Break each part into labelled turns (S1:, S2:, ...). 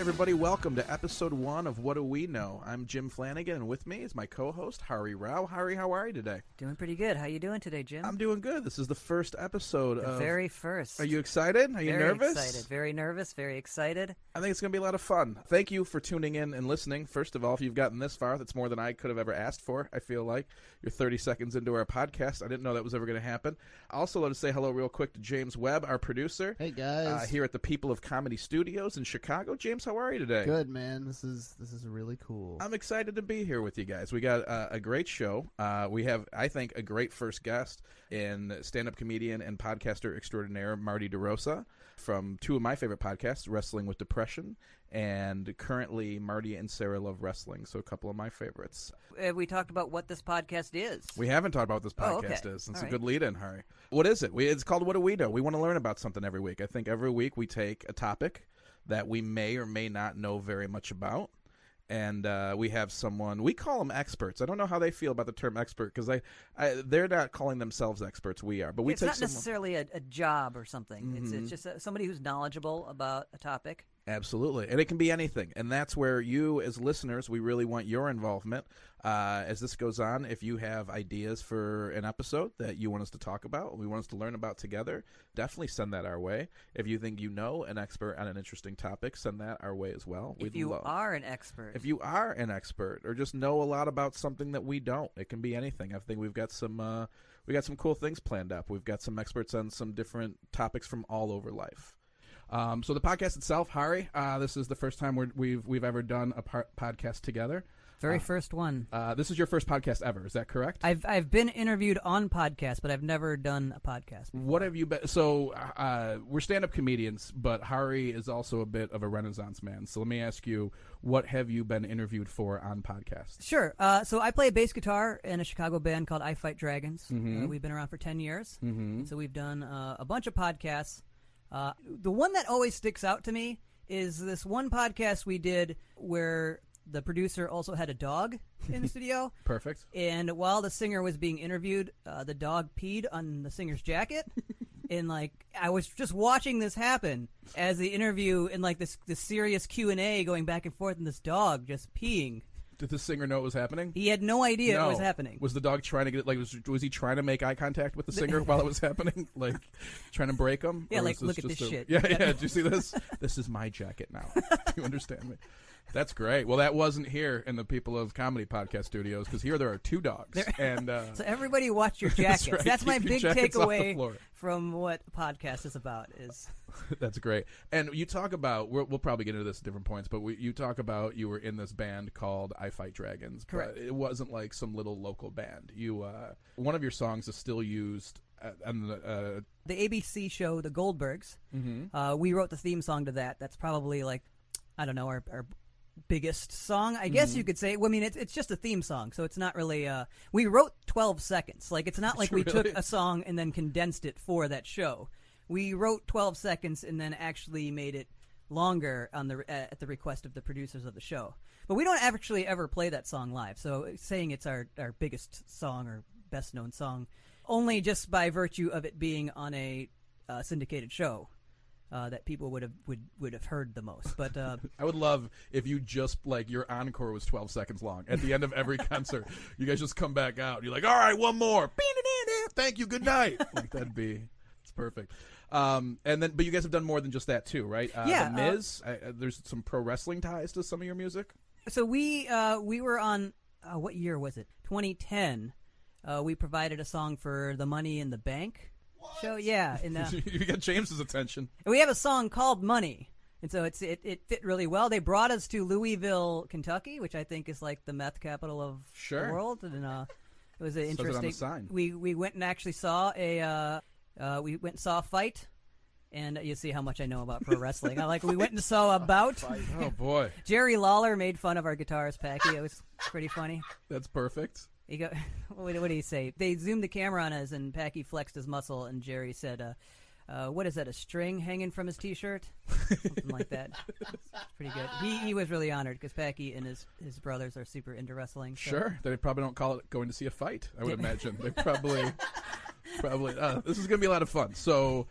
S1: everybody. Welcome to episode one of What Do We Know. I'm Jim Flanagan, and with me is my co-host Hari Rao. Hari, how are you today?
S2: Doing pretty good. How you doing today, Jim?
S1: I'm doing good. This is the first episode
S2: the
S1: of.
S2: very first.
S1: Are you excited? Are you
S2: very
S1: nervous?
S2: Excited. Very nervous. Very excited.
S1: I think it's going to be a lot of fun. Thank you for tuning in and listening. First of all, if you've gotten this far, that's more than I could have ever asked for. I feel like you're 30 seconds into our podcast. I didn't know that was ever going to happen. I also love to say hello real quick to James Webb, our producer.
S3: Hey
S1: Uh,
S3: guys,
S1: here at the People of Comedy Studios in Chicago. James, how are you today?
S3: good man. This is this is really cool.
S1: I'm excited to be here with you guys. We got uh, a great show. Uh, we have, I think, a great first guest in stand-up comedian and podcaster extraordinaire Marty DeRosa from two of my favorite podcasts, Wrestling with Depression, and currently Marty and Sarah Love Wrestling, so a couple of my favorites.
S2: Uh, we talked about what this podcast is.
S1: We haven't talked about what this
S2: Oh, okay.
S1: podcast is. It's
S2: All
S1: a
S2: right.
S1: good lead in, Harry. What is it? We, it's called What Do We Do? We want to learn about something every week. I think every week we take a topic that we may or may not know very much about. And uh, we have someone, we call them experts. I don't know how they feel about the term expert because I, I, they're not calling themselves experts. We are. But we Mm-hmm.
S2: it's
S1: take
S2: not
S1: someone.
S2: necessarily a, a job or something. It's, it's just uh somebody who's knowledgeable about a topic.
S1: Absolutely. And it can be anything. And that's where you, as listeners, we really want your involvement. Uh, as this goes on, if you have ideas for an episode that you want us to talk about, we want us to learn about together, definitely send that our way. If you think you know an expert on an interesting topic, send that our way as well.
S2: if you
S1: love.
S2: are an expert,
S1: If you are an expert or just know a lot about something that we don't, it can be anything. I think we've got some uh, we got some cool things planned up. We've got some experts on some different topics from all over life. Um, so the podcast itself, Hari, uh, this is the first time we're, we've we've ever done a par- podcast together.
S2: very first one.
S1: Uh, this is your first podcast ever, is that correct?
S2: I've I've been interviewed on podcasts, but I've never done a podcast.
S1: what have you been? So uh, we're stand-up comedians, but Hari is also a bit of a Renaissance man. So let me ask you, what have you been interviewed for on podcasts?
S2: Sure. Uh, so I play bass guitar in a Chicago band called I Fight Dragons. Uh, we've been around for 10 years. Mm-hmm. So we've done uh, a bunch of podcasts. Uh, the one that always sticks out to me is this one podcast we did where the producer also had a dog in the studio.
S1: Perfect.
S2: And while the singer was being interviewed, uh, the dog peed on the singer's jacket. and like I was just watching this happen as the interview and like this the serious Q and A going back and forth, and this dog just peeing.
S1: Did the singer know it was happening?
S2: He had no idea
S1: No.
S2: it was happening.
S1: Was the dog trying to get like was, was he trying to make eye contact with the singer while it was happening? Like trying to break him?
S2: Yeah,
S1: Or
S2: like,
S1: was
S2: look at
S1: just
S2: this shit.
S1: Yeah, yeah. Do you see this? this is my jacket now. Do you understand me? That's great. Well, that wasn't here in the people of comedy podcast studios because here there are two dogs and uh,
S2: so everybody watch your jackets.
S1: right. Keep
S2: my
S1: your
S2: big
S1: jackets off the floor.
S2: takeaway from what a podcast is about is
S1: That's great. And you talk about we're, we'll probably get into this at different points, but we, you talk about you were in this band called I Fight Dragons.
S2: Correct.
S1: But it wasn't like some little local band. You uh, one of your songs is still used uh, on the uh,
S2: the ABC show The Goldbergs. Mm-hmm. Uh, we wrote the theme song to that. That's probably like I don't know our, our biggest song. I guess you could say. Well, I mean, it's it's just a theme song, so it's not really. Uh, we wrote twelve seconds. Like it's not like we took
S1: Really?
S2: a song and then condensed it for that show. We wrote twelve seconds and then actually made it longer on the uh, at the request of the producers of the show. But we don't actually ever play that song live. So saying it's our our biggest song or best known song only just by virtue of it being on a uh, syndicated show uh, that people would have would, would have heard the most. But uh,
S1: I would love if you just like your encore was 12 seconds long. At the end of every concert, you guys just come back out. You're like, all right, one more. Thank you. Good night. Like that'd be. It's perfect. Um, and then, but you guys have done more than just that too, right? Uh,
S2: Yeah,
S1: The
S2: uh,
S1: Miz. I, uh, there's some pro wrestling ties to some of your music.
S2: so we uh, we were on uh, what year was it? 2010. Uh, we provided a song for the Money in the Bank show. Yeah, and uh,
S1: you got James's attention.
S2: we have a song called Money. And so it's it, it fit really well. They brought us to Louisville, Kentucky, which I think is like the meth capital of
S1: Sure.
S2: the world. And uh, it was an
S1: it on the
S2: interesting.
S1: sign.
S2: We we went and actually saw a uh, uh, we went and saw a fight, and you see how much I know about pro wrestling. I like we went and saw a bout.
S1: Oh boy,
S2: Jerry Lawler made fun of our guitarist Packy. It was pretty funny.
S1: that's perfect.
S2: He go, what, what do you say? They zoomed the camera on us, and Packy flexed his muscle, and Jerry said, uh, uh, "What is that? A string hanging from his T-shirt? Something like that." It's pretty good. He he was really honored because Packy and his his brothers are super into wrestling. so-
S1: Sure, they probably don't call it going to see a fight. I would imagine they probably, probably. Uh, this is gonna be a lot of fun. So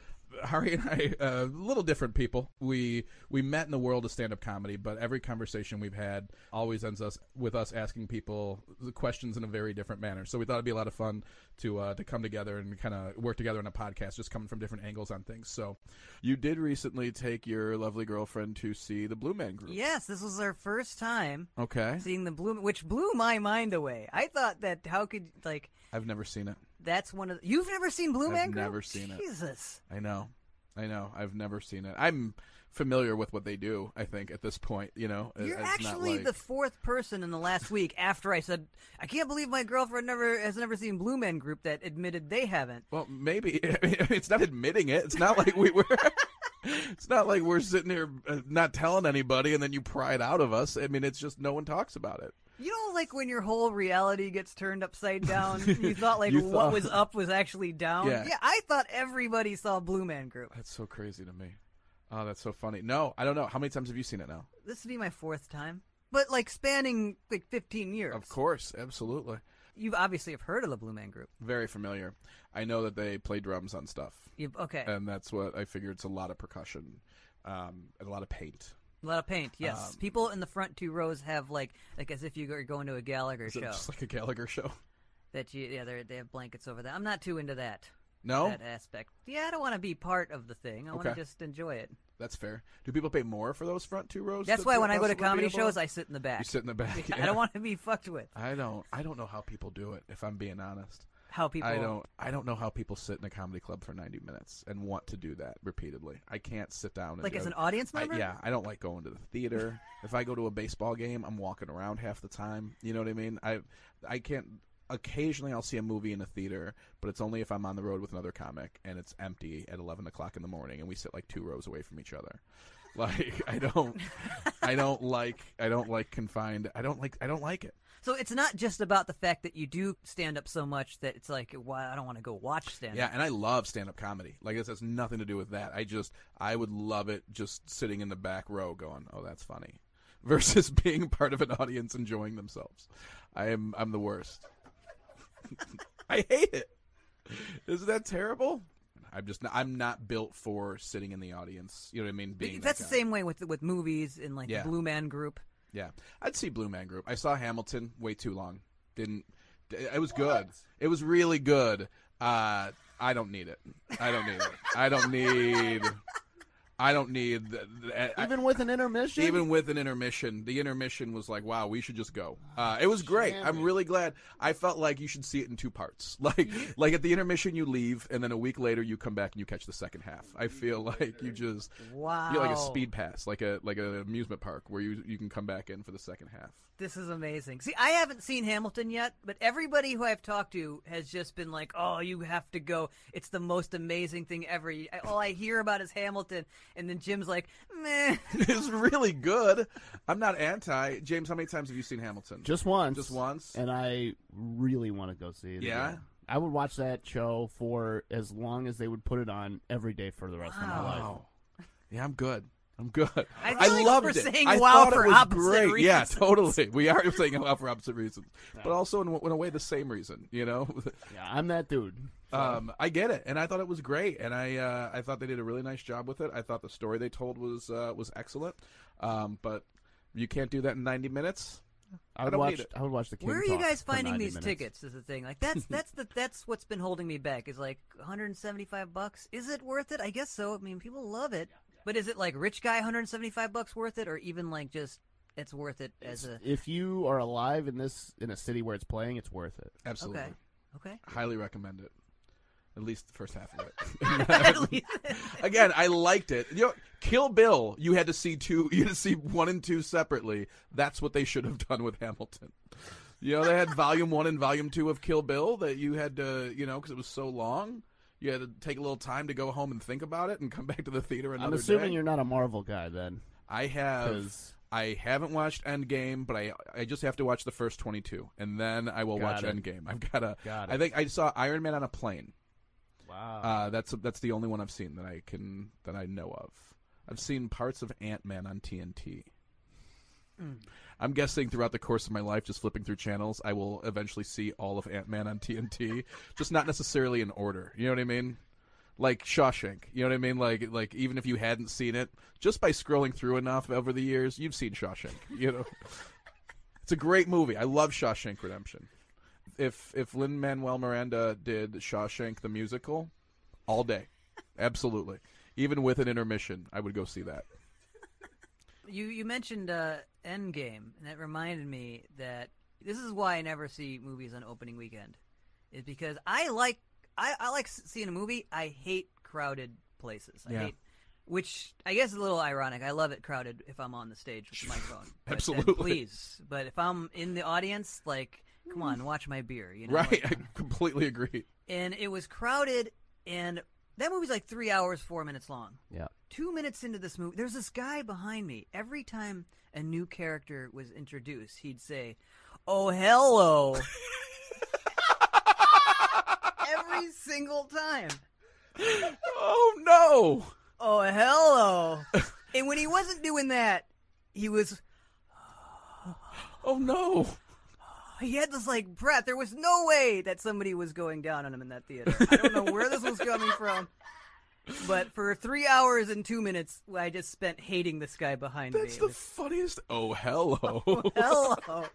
S4: Hari and I, uh, little different people. We we met in the world of stand up comedy, but every conversation we've had always ends us with us asking people the questions in a very different manner. So we thought it'd be a lot of fun to uh, to come together and kind of work together on a podcast, just coming from different angles on things. So
S1: You did recently take your lovely girlfriend to see the Blue Man Group.
S2: Yes, this was our first time
S1: Okay.
S2: seeing the blue, which blew my mind away. I thought that how could like
S1: I've never seen it.
S2: that's one of the, you've never seen Blue
S1: I've
S2: Man Group?
S1: never seen it.
S2: Jesus,
S1: I know. I know. I've never seen it. I'm familiar with what they do, I think, at this point, you know. It-
S2: you're
S1: it's not
S2: actually
S1: like-
S2: the fourth person in the last week after I said I can't believe my girlfriend never has never seen Blue Man Group that admitted they haven't.
S1: Well, maybe it's not admitting it. It's not like we were. it's not like we're sitting here uh, not telling anybody, and then you pry it out of us. I mean, it's just no one talks about it.
S2: You know, like when your whole reality gets turned upside down, you thought like
S1: You
S2: what
S1: thought-
S2: was up was actually down.
S1: Yeah.
S2: I thought everybody saw Blue Man Group.
S1: That's so crazy to me. Oh, that's so funny. No, I don't know. How many times have you seen it now?
S2: This would be my fourth time, but like spanning like 15 years.
S1: Of course, absolutely.
S2: you obviously have heard of the Blue Man Group.
S1: Very familiar. I know that they play drums on stuff,
S2: You've, okay,
S1: and that's what I figure. It's a lot of percussion, um, and a lot of paint.
S2: a lot of paint. Yes,
S1: um,
S2: people in the front two rows have like like as if you are going to a Gallagher
S1: Is it
S2: show.
S1: just like a Gallagher show?
S2: That you yeah they they have blankets over that. I'm not too into that
S1: No,
S2: that aspect. Yeah, I don't want to be part of the thing. I want
S1: Oh. Okay.
S2: to just enjoy it.
S1: that's fair. Do people pay more for those front two rows?
S2: That's
S1: to
S2: why when I go
S1: possibly
S2: to
S1: be
S2: comedy
S1: able
S2: shows, I sit in the back.
S1: You sit in the back.
S2: I
S1: yeah.
S2: don't want to be fucked with.
S1: I don't. I don't know how people do it. If I'm being honest,
S2: How people
S1: I don't. I don't know how people sit in a comedy club for 90 minutes and want to do that repeatedly. I can't sit down. And
S2: like
S1: do
S2: as
S1: it.
S2: an audience
S1: I,
S2: member.
S1: yeah, I don't like going to the theater. if I go to a baseball game, I'm walking around half the time. You know what I mean? I I can't. Occasionally, I'll see a movie in a theater, but it's only if I'm on the road with another comic and it's empty at 11 o'clock in the morning, and we sit like two rows away from each other. Like I don't, I don't like, I don't like confined. I don't like, I don't like it.
S2: So it's not just about the fact that you do stand up so much that it's like, why I don't want to go watch stand
S1: Yeah,
S2: up.
S1: and I love stand up comedy. Like this has nothing to do with that. I just I would love it just sitting in the back row going, "Oh, that's funny." versus being part of an audience enjoying themselves. I am I'm the worst. I hate it. Isn't that terrible? I'm just not, I'm not built for sitting in the audience. You know what I mean? Being
S2: That's
S1: that
S2: the
S1: guy.
S2: same way with with movies and like
S1: Yeah.
S2: the Blue Man Group.
S1: Yeah, I'd see Blue Man Group. I saw Hamilton way too long. Didn't. It was good. It was really good. Uh, I don't need it. I don't need it. I don't need. I don't need. The, the- I-
S3: Even with an intermission.
S1: even with an intermission, the intermission was like, "Wow, we should just go." Uh, it was great.
S3: Damn
S1: I'm
S3: it.
S1: really glad. I felt like you should see it in two parts. Like, like at the intermission, you leave, and then a week later, you come back and you catch the second half. I feel like you just
S2: Wow.
S1: you're like a speed pass, like a like an amusement park where you you can come back in for the second half.
S2: This is amazing. See, I haven't seen Hamilton yet, but everybody who I've talked to has just been like, "Oh, you have to go. It's the most amazing thing ever." I- All I hear about is Hamilton, and then Jim's like, "Meh."
S1: it's really good. I'm not anti. James, how many times have you seen Hamilton?
S3: just once.
S1: Just once.
S3: And I really want to go see it.
S1: Yeah?
S3: again. I would watch that show for as long as they would put it on every day for the rest of my life.
S1: wow. Oh. Yeah, I'm good. I'm good.
S2: I feel
S1: I
S2: like
S1: loved
S2: we're
S1: it.
S2: saying
S1: I
S2: wow
S1: thought
S2: for
S1: it was
S2: opposite
S1: great. Yeah,
S2: reasons.
S1: totally. We are saying wow for opposite reasons, but also in, in a way the same reason. You know,
S3: Yeah, I'm that dude.
S1: Um, I get it, and I thought it was great, and I uh, I thought they did a really nice job with it. I thought the story they told was uh, was excellent, um, but you can't do that in ninety minutes.
S3: I
S1: I
S3: would
S1: don't
S3: watch.
S1: need it.
S3: I would watch the. King
S2: Where are you
S3: Talk
S2: guys
S3: for
S2: finding
S3: 90
S2: these
S3: minutes.
S2: tickets? Is the thing like that's that's the that's what's been holding me back. Is like 175 bucks. Is it worth it? I guess so. I mean, people love it, but is it like rich guy 175 bucks worth it, or even like just it's worth it as a
S3: If you are alive in this in a city where it's playing, it's worth it.
S1: Absolutely,
S2: okay, okay?
S1: highly recommend it. At least the first half of it.
S2: At least-
S1: Again, I liked it. You know, Kill Bill, you had to see two, you had to see one and two separately. That's what they should have done with Hamilton. You know, they had volume one and volume two of Kill Bill that you had to, you know, because it was so long. You had to take a little time to go home and think about it and come back to the theater another
S3: I'm assuming
S1: day.
S3: you're not a Marvel guy then,
S1: I have.
S3: because
S1: I haven't watched Endgame, but I I just have to watch the first 22, and then I will watch
S3: Got it.
S1: Endgame. I've got to.
S3: Got
S1: I
S3: it.
S1: think I saw Iron Man on a plane.
S3: wow,
S1: Uh, that's that's the only one I've seen that I can that I know of. I've seen parts of Ant Man on TNT. I'm guessing throughout the course of my life, just flipping through channels, I will eventually see all of Ant Man on TNT, just not necessarily in order. You know what I mean? like Shawshank. You know what I mean? Like like even if you hadn't seen it, just by scrolling through enough over the years, you've seen Shawshank. You know, it's a great movie. I love Shawshank Redemption. If if Lin Manuel Miranda did Shawshank the musical, all day, absolutely. Even with an intermission, I would go see that.
S2: Oh You you mentioned uh, Endgame, and that reminded me that this is why I never see movies on opening weekend, is because I like I, I like s- seeing a movie. I hate crowded places. I
S1: Yeah.
S2: hate, which I guess is a little ironic. I love it crowded if I'm on the stage with the microphone. But then
S1: Absolutely.
S2: please. But if I'm in the audience, like, come on, watch my beer. You know,
S1: Right?
S2: like-
S1: I completely agree.
S2: and it was crowded and that movie's like three hours four minutes long
S3: Yeah.
S2: two minutes into this movie there's this guy behind me every time a new character was introduced he'd say oh hello every single time
S1: Oh no!
S2: oh hello and when he wasn't doing that he was
S1: Oh no!
S2: he had this like breath there was no way that somebody was going down on him in that theater i don't know where this was coming from but for three hours and two minutes i just spent hating this guy behind me
S1: That's
S2: It
S1: the
S2: was
S1: funniest. Oh hello!
S2: Hello.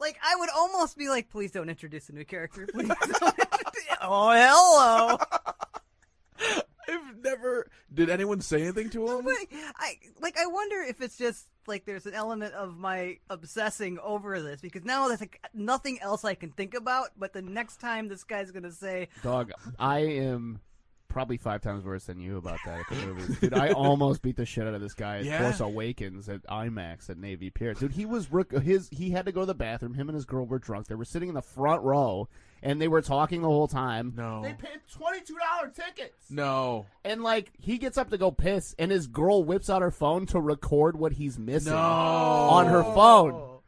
S2: Like I would almost be like, please don't introduce a new character. Please. Don't introduce-" oh, hello.
S1: I've never. Did anyone say anything to him?
S2: But I like. I wonder if it's just like there's an element of my obsessing over this because now there's like nothing else I can think about. But the next time this guy's gonna say,
S3: Dog, I am probably five times worse than you about that at the movies. Dude, I almost beat the shit out of this guy at
S1: Yeah.
S3: Force Awakens at IMAX at Navy Pier. Dude, he was rook- his he had to go to the bathroom. Him and his girl were drunk. They were sitting in the front row and they were talking the whole time.
S1: No.
S3: They paid twenty two dollar tickets.
S1: No.
S3: And like he gets up to go piss and his girl whips out her phone to record what he's missing
S1: No.
S3: on her phone.
S2: "Oh,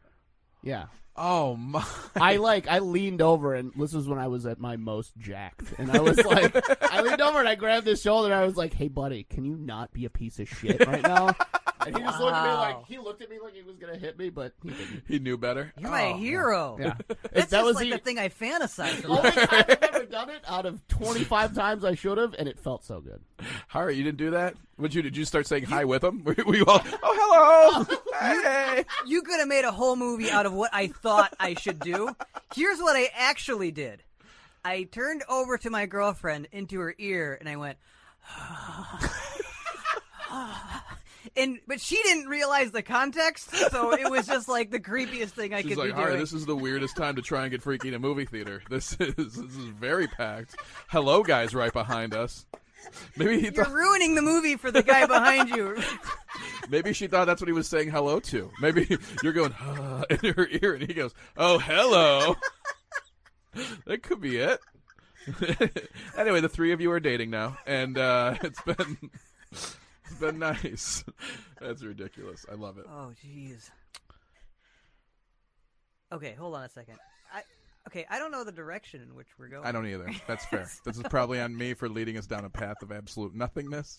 S3: Yeah.
S1: Oh my.
S3: I like I leaned over and this was when I was at my most jacked and I was like I leaned over and I grabbed his shoulder and I was like, Hey buddy, can you not be a piece of shit right now? And he just looked at me
S2: Wow.
S3: like he looked at me like he was gonna hit me, but he didn't.
S1: He knew better. Oh,
S2: you're my hero."
S3: Oh, Yeah.
S2: That's
S3: that
S2: just
S3: was
S2: like
S3: the, Oh.
S2: the thing I fantasize. about.
S3: only time I've ever done it out of twenty five times I should have and it felt so good.
S1: Harry, you didn't do that. Would you? Did you start saying hi with him? Were, were you all? Oh hello. hey.
S2: You could have made a whole movie out of what I thought I should do. Here's what I actually did. I turned over to my girlfriend into her ear and I went And but she didn't realize the context, so it was just like the creepiest thing I
S1: She's
S2: could
S1: like,
S2: be
S1: Harry,
S2: doing.
S1: this is the weirdest time to try and get freaky in a movie theater. This is this is very packed. Hello, guys, right behind us. Maybe he
S2: You're
S1: thought,
S2: ruining the movie for the guy behind you.
S1: maybe she thought that's what he was saying hello to. Maybe you're going huh, in her ear, and he goes, "Oh, hello." that could be it. anyway, the three of you are dating now, and uh, it's been it's been nice. that's ridiculous. I love it.
S2: Oh jeez. Okay, hold on a second. I okay, I don't know the direction in which we're going.
S1: I don't either. That's fair. this is probably on me for leading us down a path of absolute nothingness.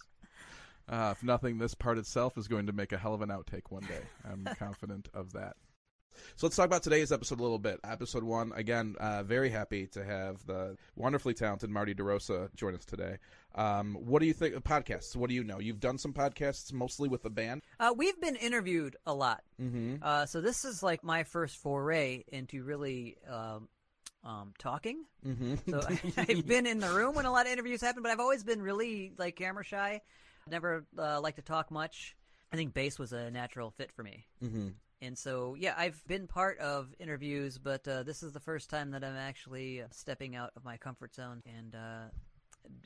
S1: Uh, if nothing, this part itself is going to make a hell of an outtake one day. I'm confident of that. So let's talk about today's episode a little bit. Episode one, again, uh, very happy to have the wonderfully talented Marty DeRosa join us today. Um, what do you think of podcasts? What do you know? You've done some podcasts mostly with the band.
S2: Uh, we've been interviewed a lot
S1: Mm-hmm.
S2: Uh, so this is like my first foray into really um, um, talking.
S1: Mm-hmm.
S2: So I, I've been in the room when a lot of interviews happen, but I've always been really like camera shy. Never uh, liked to talk much. I think bass was a natural fit for me.
S1: Mm-hmm.
S2: And so, yeah, I've been part of interviews, but uh, this is the first time that I'm actually uh, stepping out of my comfort zone and uh,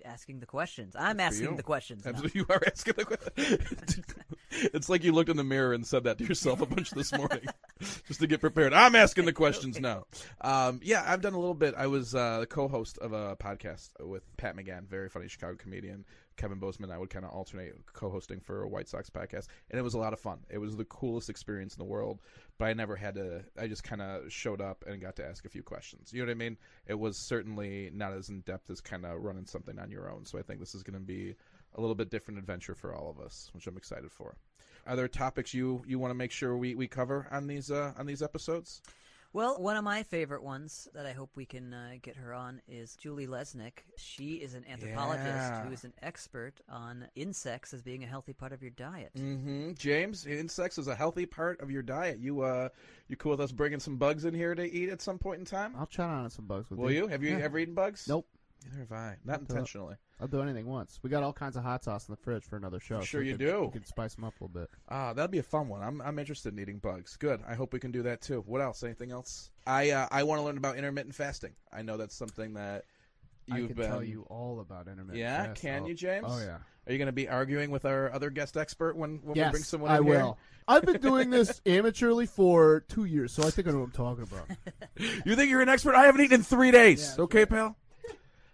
S2: asking the questions. I'm
S1: Good for
S2: asking
S1: you.
S2: the questions. now.
S1: Absolutely, you are asking the question. it's like you looked in the mirror and said that to yourself a bunch this morning, just to get prepared. I'm asking the questions now. Um, yeah, I've done a little bit. I was uh, the co-host of a podcast with Pat McGann, very funny Chicago comedian. Kevin Bozeman, and I would kind of alternate co-hosting for a White Sox podcast, and it was a lot of fun. It was the coolest experience in the world, but I never had to. I just kind of showed up and got to ask a few questions. You know what I mean? It was certainly not as in depth as kind of running something on your own. So I think this is going to be a little bit different adventure for all of us, which I'm excited for. Are there topics you you want to make sure we, we cover on these uh, on these episodes?
S2: Well, one of my favorite ones that I hope we can uh, get her on is Julie Lesnick. She is an anthropologist
S1: Yeah.
S2: who is an expert on insects as being a healthy part of your diet.
S1: Mm-hmm. James, insects is a healthy part of your diet. You uh, you cool with us bringing some bugs in here to eat at some point in time?
S3: I'll chat on some bugs with
S1: Will
S3: you.
S1: you? Have you
S3: Yeah.
S1: ever eaten bugs?
S3: Nope.
S1: Neither have I. Not
S3: Not that-
S1: intentionally.
S3: I'll do anything once. We got all kinds of hot sauce in the fridge for another show.
S1: Sure
S3: we
S1: you
S3: could-
S1: do.
S3: We can spice them up a little bit.
S1: Ah, that'd be a fun one. I'm I'm interested in eating bugs. Good. I hope we can do that too. What else? Anything else? I uh, I want to learn about intermittent fasting. I know that's something that you've
S3: I can
S1: been.
S3: tell you all about intermittent.
S1: Yeah,
S3: fast.
S1: can
S3: Oh-
S1: you, James?
S3: Oh yeah.
S1: Are you going to be arguing with our other guest expert when when we bring someone
S3: I
S1: in here?
S3: will. I've been doing this amateurly for two years, so I think I know what I'm talking about.
S1: You think you're an expert? I haven't eaten in three days.
S3: Yeah,
S1: okay, pal.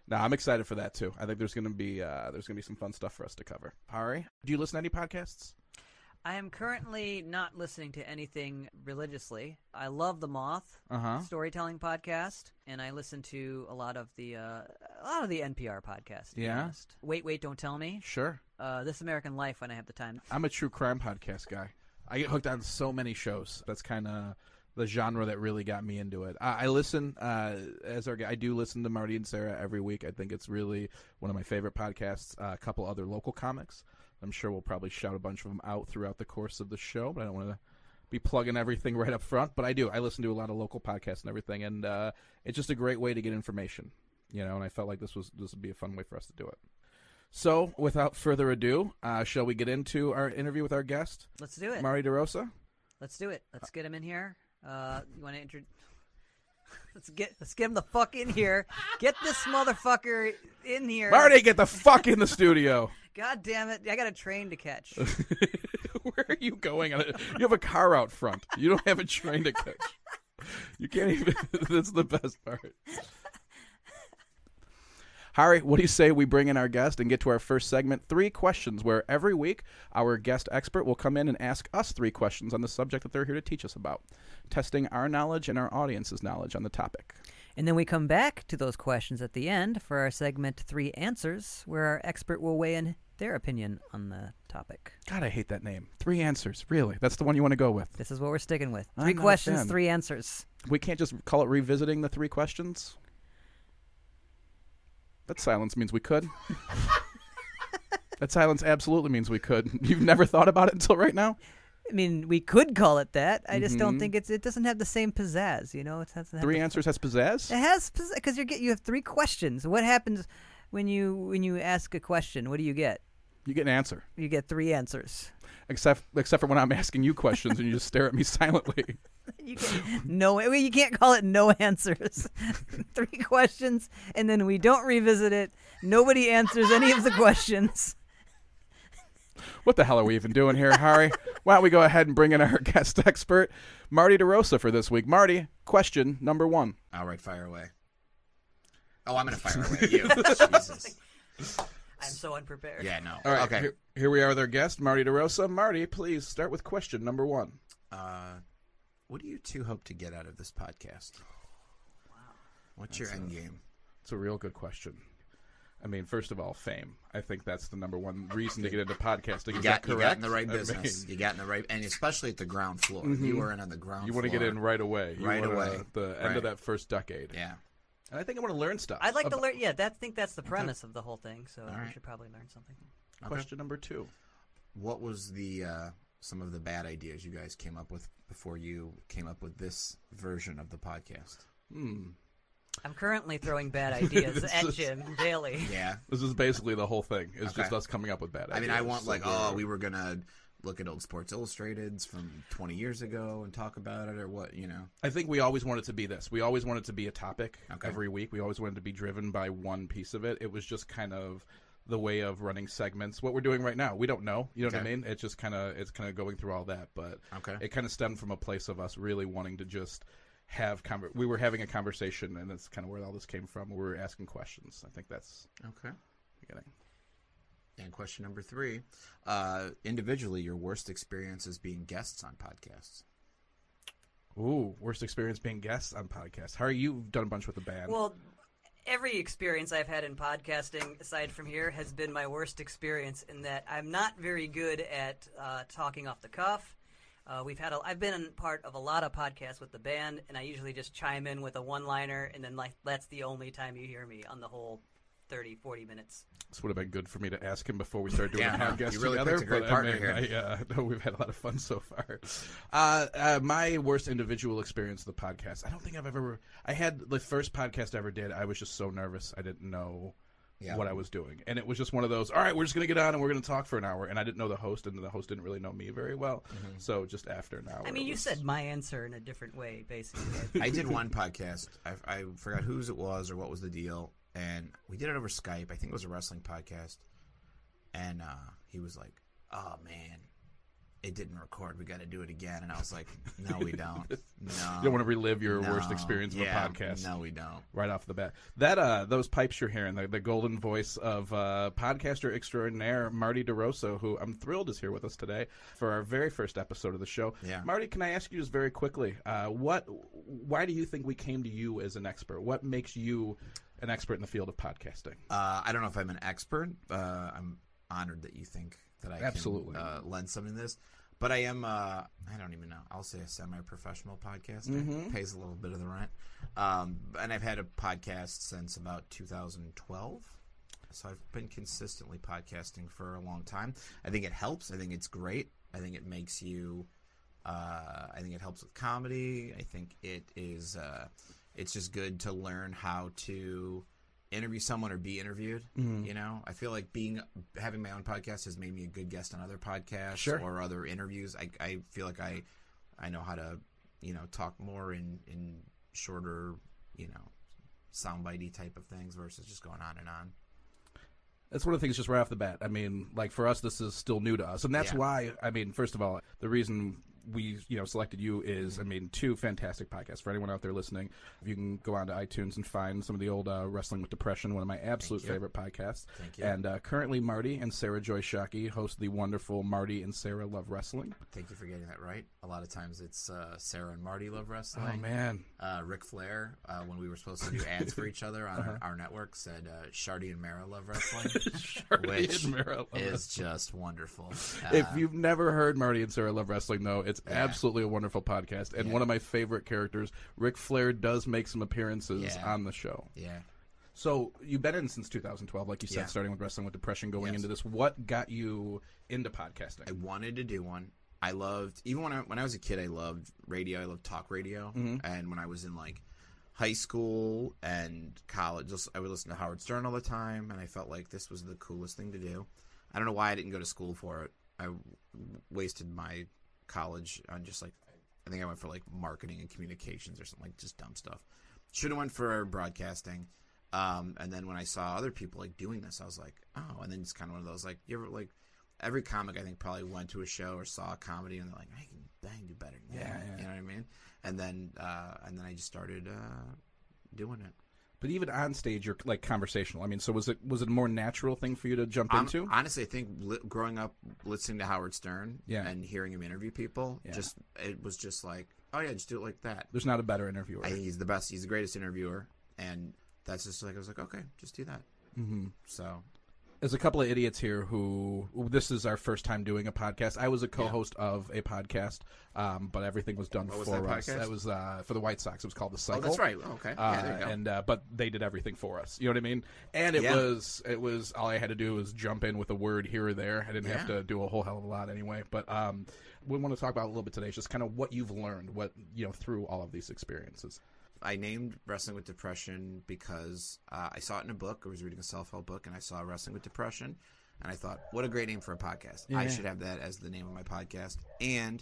S1: No, I'm excited for that too. I think there's gonna be uh, there's gonna be some fun stuff for us to cover. Pari, do you listen to any podcasts?
S2: I am currently not listening to anything religiously. I love the Moth
S1: huh.
S2: storytelling podcast, and I listen to a lot of the uh, a lot of the NPR podcast. to be
S1: Yeah.
S2: honest. Wait, wait, don't tell me.
S1: Sure.
S2: Uh, this American Life when I have the time.
S1: I'm a true crime podcast guy. I get hooked on so many shows. That's kind of the genre that really got me into it. I, I listen uh, as our I do listen to Marty and Sarah every week. I think it's really one of my favorite podcasts. Uh, a couple other local comics. I'm sure we'll probably shout a bunch of them out throughout the course of the show, but I don't want to be plugging everything right up front. But I do. I listen to a lot of local podcasts and everything, and uh, it's just a great way to get information. You know, and I felt like this was this would be a fun way for us to do it. So, without further ado, uh, shall we get into our interview with our guest,
S2: Let's do it.
S1: Mari DeRosa?
S2: Let's do it. Let's get him in here. Uh, you want to intro? let's get let's get him the fuck in here. Get this motherfucker in here.
S1: Marty, get the fuck in the studio.
S2: God damn it! I got a train to catch.
S1: Where are you going? on it? You have a car out front. You don't have a train to catch. You can't even. That's the best part. Harry, what do you say we bring in our guest and get to our first segment? Three questions, where every week our guest expert will come in and ask us three questions on the subject that they're here to teach us about, testing our knowledge and our audience's knowledge on the topic.
S2: And then we come back to those questions at the end for our segment three answers, where our expert will weigh in their opinion on the topic.
S1: God, I hate that name. Three answers, really. That's the one you want to go with.
S2: This is what we're sticking with.
S1: I'm
S2: 3
S1: not a
S2: questions,
S1: fan.
S2: three answers.
S1: We can't just call it revisiting the three questions. That silence means we could. that silence absolutely means we could. You've never thought about it until right now?
S2: I mean, we could call it that. I just don't
S1: Mhm.
S2: think it's. It doesn't have the same pizzazz, you know. It doesn't have
S1: Three
S2: the- Eh.
S1: answers has pizzazz?
S2: It has because you get you have three questions. What happens when you when you ask a question? What do you get?
S1: You get an answer.
S2: You get three answers.
S1: Except except for when I'm asking you questions and you just stare at me silently.
S2: You get no. well, You can't call it no answers. three questions, and then we don't revisit it. Nobody answers any of the questions.
S1: What the hell are we even doing here, Harry? Why don't we go ahead and bring in our guest expert, Marty DeRosa, for this week? Marty, question number one.
S5: All right, fire away. Oh, I'm gonna fire away at you. Jesus.
S2: I'm so unprepared.
S5: Yeah, no.
S1: All right.
S5: okay.
S1: Here, here we are with our guest, Marty DeRosa. Marty, please start with question number one.
S5: Uh, what do you two hope to get out of this podcast? What's your end game?
S1: It's a real good question. I mean, first of all, fame. I think that's the number one reason to get into podcasting.
S5: You
S1: Is
S5: got,
S1: that
S5: you
S1: correct?
S5: got in the right
S1: I
S5: business.
S1: mean, Mm-hmm.
S5: you got in the right, and especially at the ground floor. You were in on the ground.
S1: you
S5: want to
S1: get in right away. You
S5: Right
S1: wanna-
S5: away.
S1: At the end
S5: Right.
S1: of that first decade.
S5: Yeah.
S1: And I think I want to learn stuff.
S2: I'd like to
S1: About-
S2: learn. Yeah, that think that's the premise of the whole thing. So we
S5: right.
S2: should probably learn something.
S1: Question number two.
S5: What was the uh, some of the bad ideas you guys came up with before you came up with this version of the podcast?
S2: I'm currently throwing bad ideas at Jim daily.
S5: Yeah.
S1: This is basically the whole thing. It's just
S5: Okay.
S1: us coming up with bad ideas.
S5: I mean, I want
S1: So
S5: like,
S1: we're-
S5: oh, we were gonna look at old Sports Illustrateds from 20 years ago and talk about it, or what, you know?
S1: I think we always wanted to be this. We always wanted to be a topic
S5: Okay.
S1: every week. We always wanted to be driven by one piece of it. It was just kind of the way of running segments. What we're doing right now, we don't know. You know what I
S5: Okay.
S1: mean? It's just kind of it's kind of going through all that, but
S5: Okay.
S1: it kind of stemmed from a place of us really wanting to just have conver- we were having a conversation and that's kind of where all this came from. We were asking questions. I think that's
S5: Okay.
S1: beginning.
S5: And question number three: uh, Individually, your worst experience is being guests on podcasts.
S1: Ooh, worst experience being guests on podcasts. Harry, you've done a bunch with the band.
S2: Well, every experience I've had in podcasting, aside from here, has been my worst experience in that I'm not very good at uh, talking off the cuff. Uh, we've had a, I've been in part of a lot of podcasts with the band, and I usually just chime in with a one-liner, and then like that's the only time you hear me on the whole 30, 40 minutes.
S1: This would have been good for me to ask him before we started doing the
S5: Yeah, no,
S1: podcast
S5: you really
S1: together.
S5: picked a great
S1: but
S5: partner
S1: I mean,
S5: here.
S1: I, uh, know we've had a lot of fun so far. Uh, uh, my worst individual experience of the podcast. I don't think I've ever. I had the first podcast I ever did. I was just so nervous. I didn't know
S5: Yeah.
S1: what I was doing, and it was just one of those. All right, we're just gonna get on and we're gonna talk for an hour, and I didn't know the host, and the host didn't really know me very well.
S5: Mm-hmm.
S1: So just after an hour,
S2: I mean,
S1: it
S2: you
S1: was-
S2: said my answer in a different way, basically.
S5: I did one podcast. I, I forgot whose it was or what was the deal, and we did it over Skype. I think it was a wrestling podcast, and uh, he was like, "Oh man, it didn't record. We got to do it again." And I was like, "No, we don't. No,
S1: You don't want to relive your
S5: no,
S1: worst experience of
S5: yeah,
S1: a podcast.
S5: No, we don't.
S1: right off the bat. That uh, those pipes you're hearing, the, the golden voice of uh, podcaster extraordinaire Marty DeRosso, who I'm thrilled is here with us today for our very first episode of the show.
S5: Yeah.
S1: Marty, can I ask you just very quickly, uh, what, why do you think we came to you as an expert? What makes you an expert in the field of podcasting?
S5: Uh, I don't know if I'm an expert. Uh, I'm honored that you think that I
S1: Absolutely.
S5: can uh, lend something to this. But I am, uh, I don't even know. I'll say a semi professional podcaster. Pays a little bit of the rent. Um, and I've had a podcast since about 2012. So I've been consistently podcasting for a long time. I think it helps. I think it's great. I think it makes you. Uh, I think it helps with comedy. I think it is. Uh, it's just good to learn how to interview someone or be interviewed. You know, I feel like being having my own podcast has made me a good guest on other podcasts
S1: Sure.
S5: or other interviews. I, I feel like I I know how to you know talk more in in shorter you know soundbitey type of things versus just going on and on.
S1: That's one of the things just right off the bat. I mean, like for us, this is still new to us, and that's
S5: Yeah.
S1: why. I mean, first of all, the reason we you know selected you is, I mean, two fantastic podcasts. For anyone out there listening, if you can go on to iTunes and find some of the old uh, Wrestling with Depression, one of my absolute favorite podcasts.
S5: Thank you.
S1: And uh, currently, Marty and Sarah Joy Shockey host the wonderful Marty and Sarah Love Wrestling.
S5: Thank you for getting that right. A lot of times it's uh, Sarah and Marty love wrestling.
S1: Oh man,
S5: Uh, Ric Flair, uh, when we were supposed to do ads for each other on
S1: Uh-huh.
S5: our, our network, said uh, Shardy and Mara love wrestling, which
S1: and Mara love
S5: is just wonderful. Uh,
S1: If you've never heard Marty and Sarah Love Wrestling, though, it's absolutely a wonderful podcast and one of my favorite characters. Ric Flair does make some appearances
S5: Yeah.
S1: on the show.
S5: yeah.
S1: So you've been in since 2012, like you said,
S5: Yeah.
S1: starting with wrestling with depression, going
S5: Yes.
S1: into this. What got you into podcasting?
S5: I wanted to do one. I loved even when I when I was a kid. I loved radio. I loved talk radio. And when I was in like high school and college, just I would listen to Howard Stern all the time, and I felt like this was the coolest thing to do. I don't know why I didn't go to school for it. I w- wasted my college on just like I think I went for like marketing and communications or something like just dumb stuff. Should have went for broadcasting. Um, and then when I saw other people like doing this, I was like, oh. And then it's kind of one of those like you ever like every comic I think probably went to a show or saw a comedy and they're like, I can I can do better than that.
S1: yeah.
S5: You know what I mean? And then uh, and then I just started uh, doing it.
S1: but even on stage, you're like conversational. I mean, so was it was it a more natural thing for you to jump
S5: I'm-
S1: into?
S5: honestly, I think li- growing up listening to Howard Stern
S1: Yeah.
S5: and hearing him interview people, just it was just like, oh yeah, just do it like that.
S1: There's not a better interviewer.
S5: I think he's the best. He's the greatest interviewer, and that's just like I was like, okay, just do that. Mm-hmm. So
S1: There's a couple of idiots here who this is our first time doing a podcast. I was a co-host of a podcast, um, but everything was done
S5: What
S1: for
S5: was that
S1: us.
S5: podcast?
S1: That was uh, for the White Sox. It was called the
S5: oh,
S1: Cycle.
S5: that's right. Okay, yeah, there you go.
S1: Uh, and uh, but they did everything for us. You know what I mean? And it
S5: Yeah.
S1: was it was all I had to do was jump in with a word here or there. I didn't have
S5: Yeah.
S1: to do a whole hell of a lot anyway. But um, we want to talk about a little bit today. Is just kind of what you've learned, what you know through all of these experiences.
S5: I named Wrestling with Depression because uh, I saw it in a book. I was reading a self help book and I saw Wrestling with Depression. And I thought, what a great name for a podcast. I should have that as the name of my podcast. And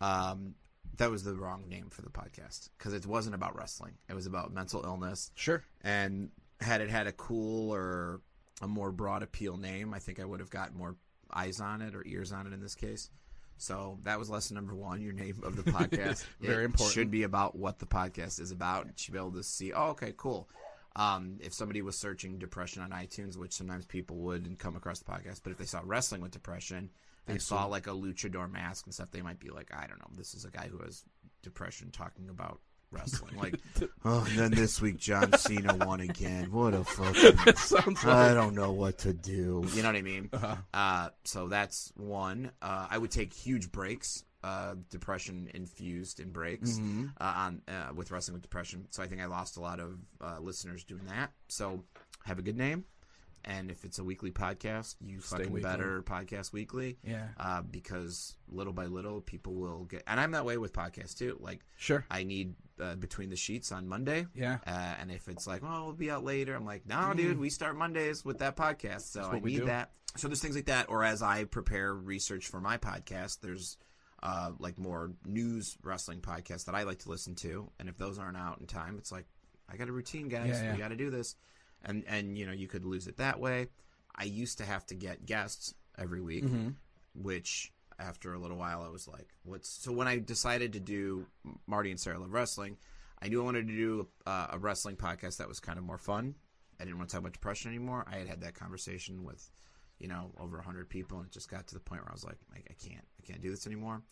S5: um, that was the wrong name for the podcast because it wasn't about wrestling, it was about mental illness.
S1: Sure.
S5: And had it had a cool or a more broad appeal name, I think I would have got more eyes on it or ears on it in this case. So that was lesson number one. Your name of the podcast
S1: Very
S5: It
S1: important.
S5: should be about what the podcast is about. You should be able to see. Oh, okay, cool. Um, if somebody was searching depression on iTunes, which sometimes people would and come across the podcast, but if they saw wrestling with depression and saw like a luchador mask and stuff, they might be like, I don't know, this is a guy who has depression talking about wrestling. Like, oh, and then this week John Cena won again. What a fucking
S1: Sounds
S5: I don't know what to do. You know what I mean? uh so that's one. Uh, I would take huge breaks. uh, depression infused in breaks uh, on uh, with wrestling with depression. So I think I lost a lot of uh, listeners doing that. So have a good name, and if it's a weekly podcast, you fucking
S1: weekly.
S5: better podcast weekly.
S1: Yeah.
S5: uh, because little by little, people will get. And I'm that way with podcasts too. Like
S1: Sure.
S5: I need uh, between the sheets on Monday.
S1: Yeah.
S5: Uh, and if it's like, oh, we'll be out later, I'm like, no, dude, we start Mondays with that podcast, so I
S1: Mm. what we
S5: need
S1: do.
S5: that. So there's things like that, or as I prepare research for my podcast, there's uh, like more news wrestling podcasts that I like to listen to, and if those aren't out in time, it's like, I got a routine, guys,
S1: Yeah, yeah.
S5: we got to do this, and and you know you could lose it that way. I used to have to get guests every week,
S1: Mm-hmm.
S5: which after a little while I was like, what's so when I decided to do Marty and Sarah Love Wrestling, I knew I wanted to do uh, a wrestling podcast that was kind of more fun. I didn't want to talk about depression anymore. I had had that conversation with, you know, over 100 people, and it just got to the point where I was like, I, I can't, I can't do this anymore.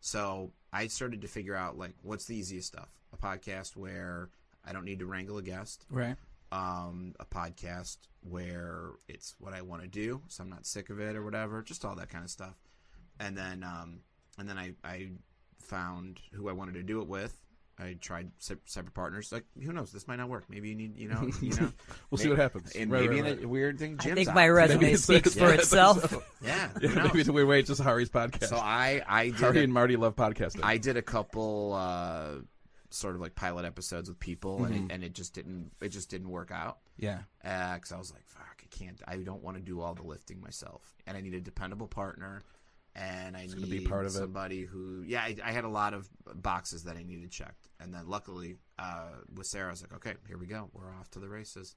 S5: So I started to figure out like, what's the easiest stuff? A podcast where I don't need to wrangle a guest
S1: Right.
S5: um, a podcast where it's what I want to do, so I'm not sick of it or whatever. Just all that kind of stuff. And then, um, and then I, I found who I wanted to do it with. I tried se- separate partners. Like, who knows? This might not work. Maybe you need, you know, you know.
S1: We'll see what happens.
S5: And
S1: Right,
S5: maybe
S1: right,
S5: in a weird thing.
S6: I
S5: Jim's
S6: think
S5: on.
S6: my resume
S1: Maybe it's like-
S6: speaks for
S1: yeah, I think
S6: itself.
S5: Yeah. Who
S1: Yeah, maybe
S5: knows?
S1: it's a weird way. It's just Hari's podcast.
S5: So I, I did.
S1: Hari
S5: a-
S1: and Marty love podcasting.
S5: I did a couple uh, sort of like pilot episodes with people, and,
S1: Mm-hmm.
S5: it, and it just didn't it just didn't work out
S1: yeah.
S5: because I was like, fuck, I can't. I don't want to do all the lifting myself, and I need a dependable partner, and I
S1: gonna
S5: need
S1: be part of it.
S5: somebody who, yeah, I, I had a lot of boxes that I needed checked, and then luckily uh, with Sarah, I was like, okay, here we go, we're off to the races.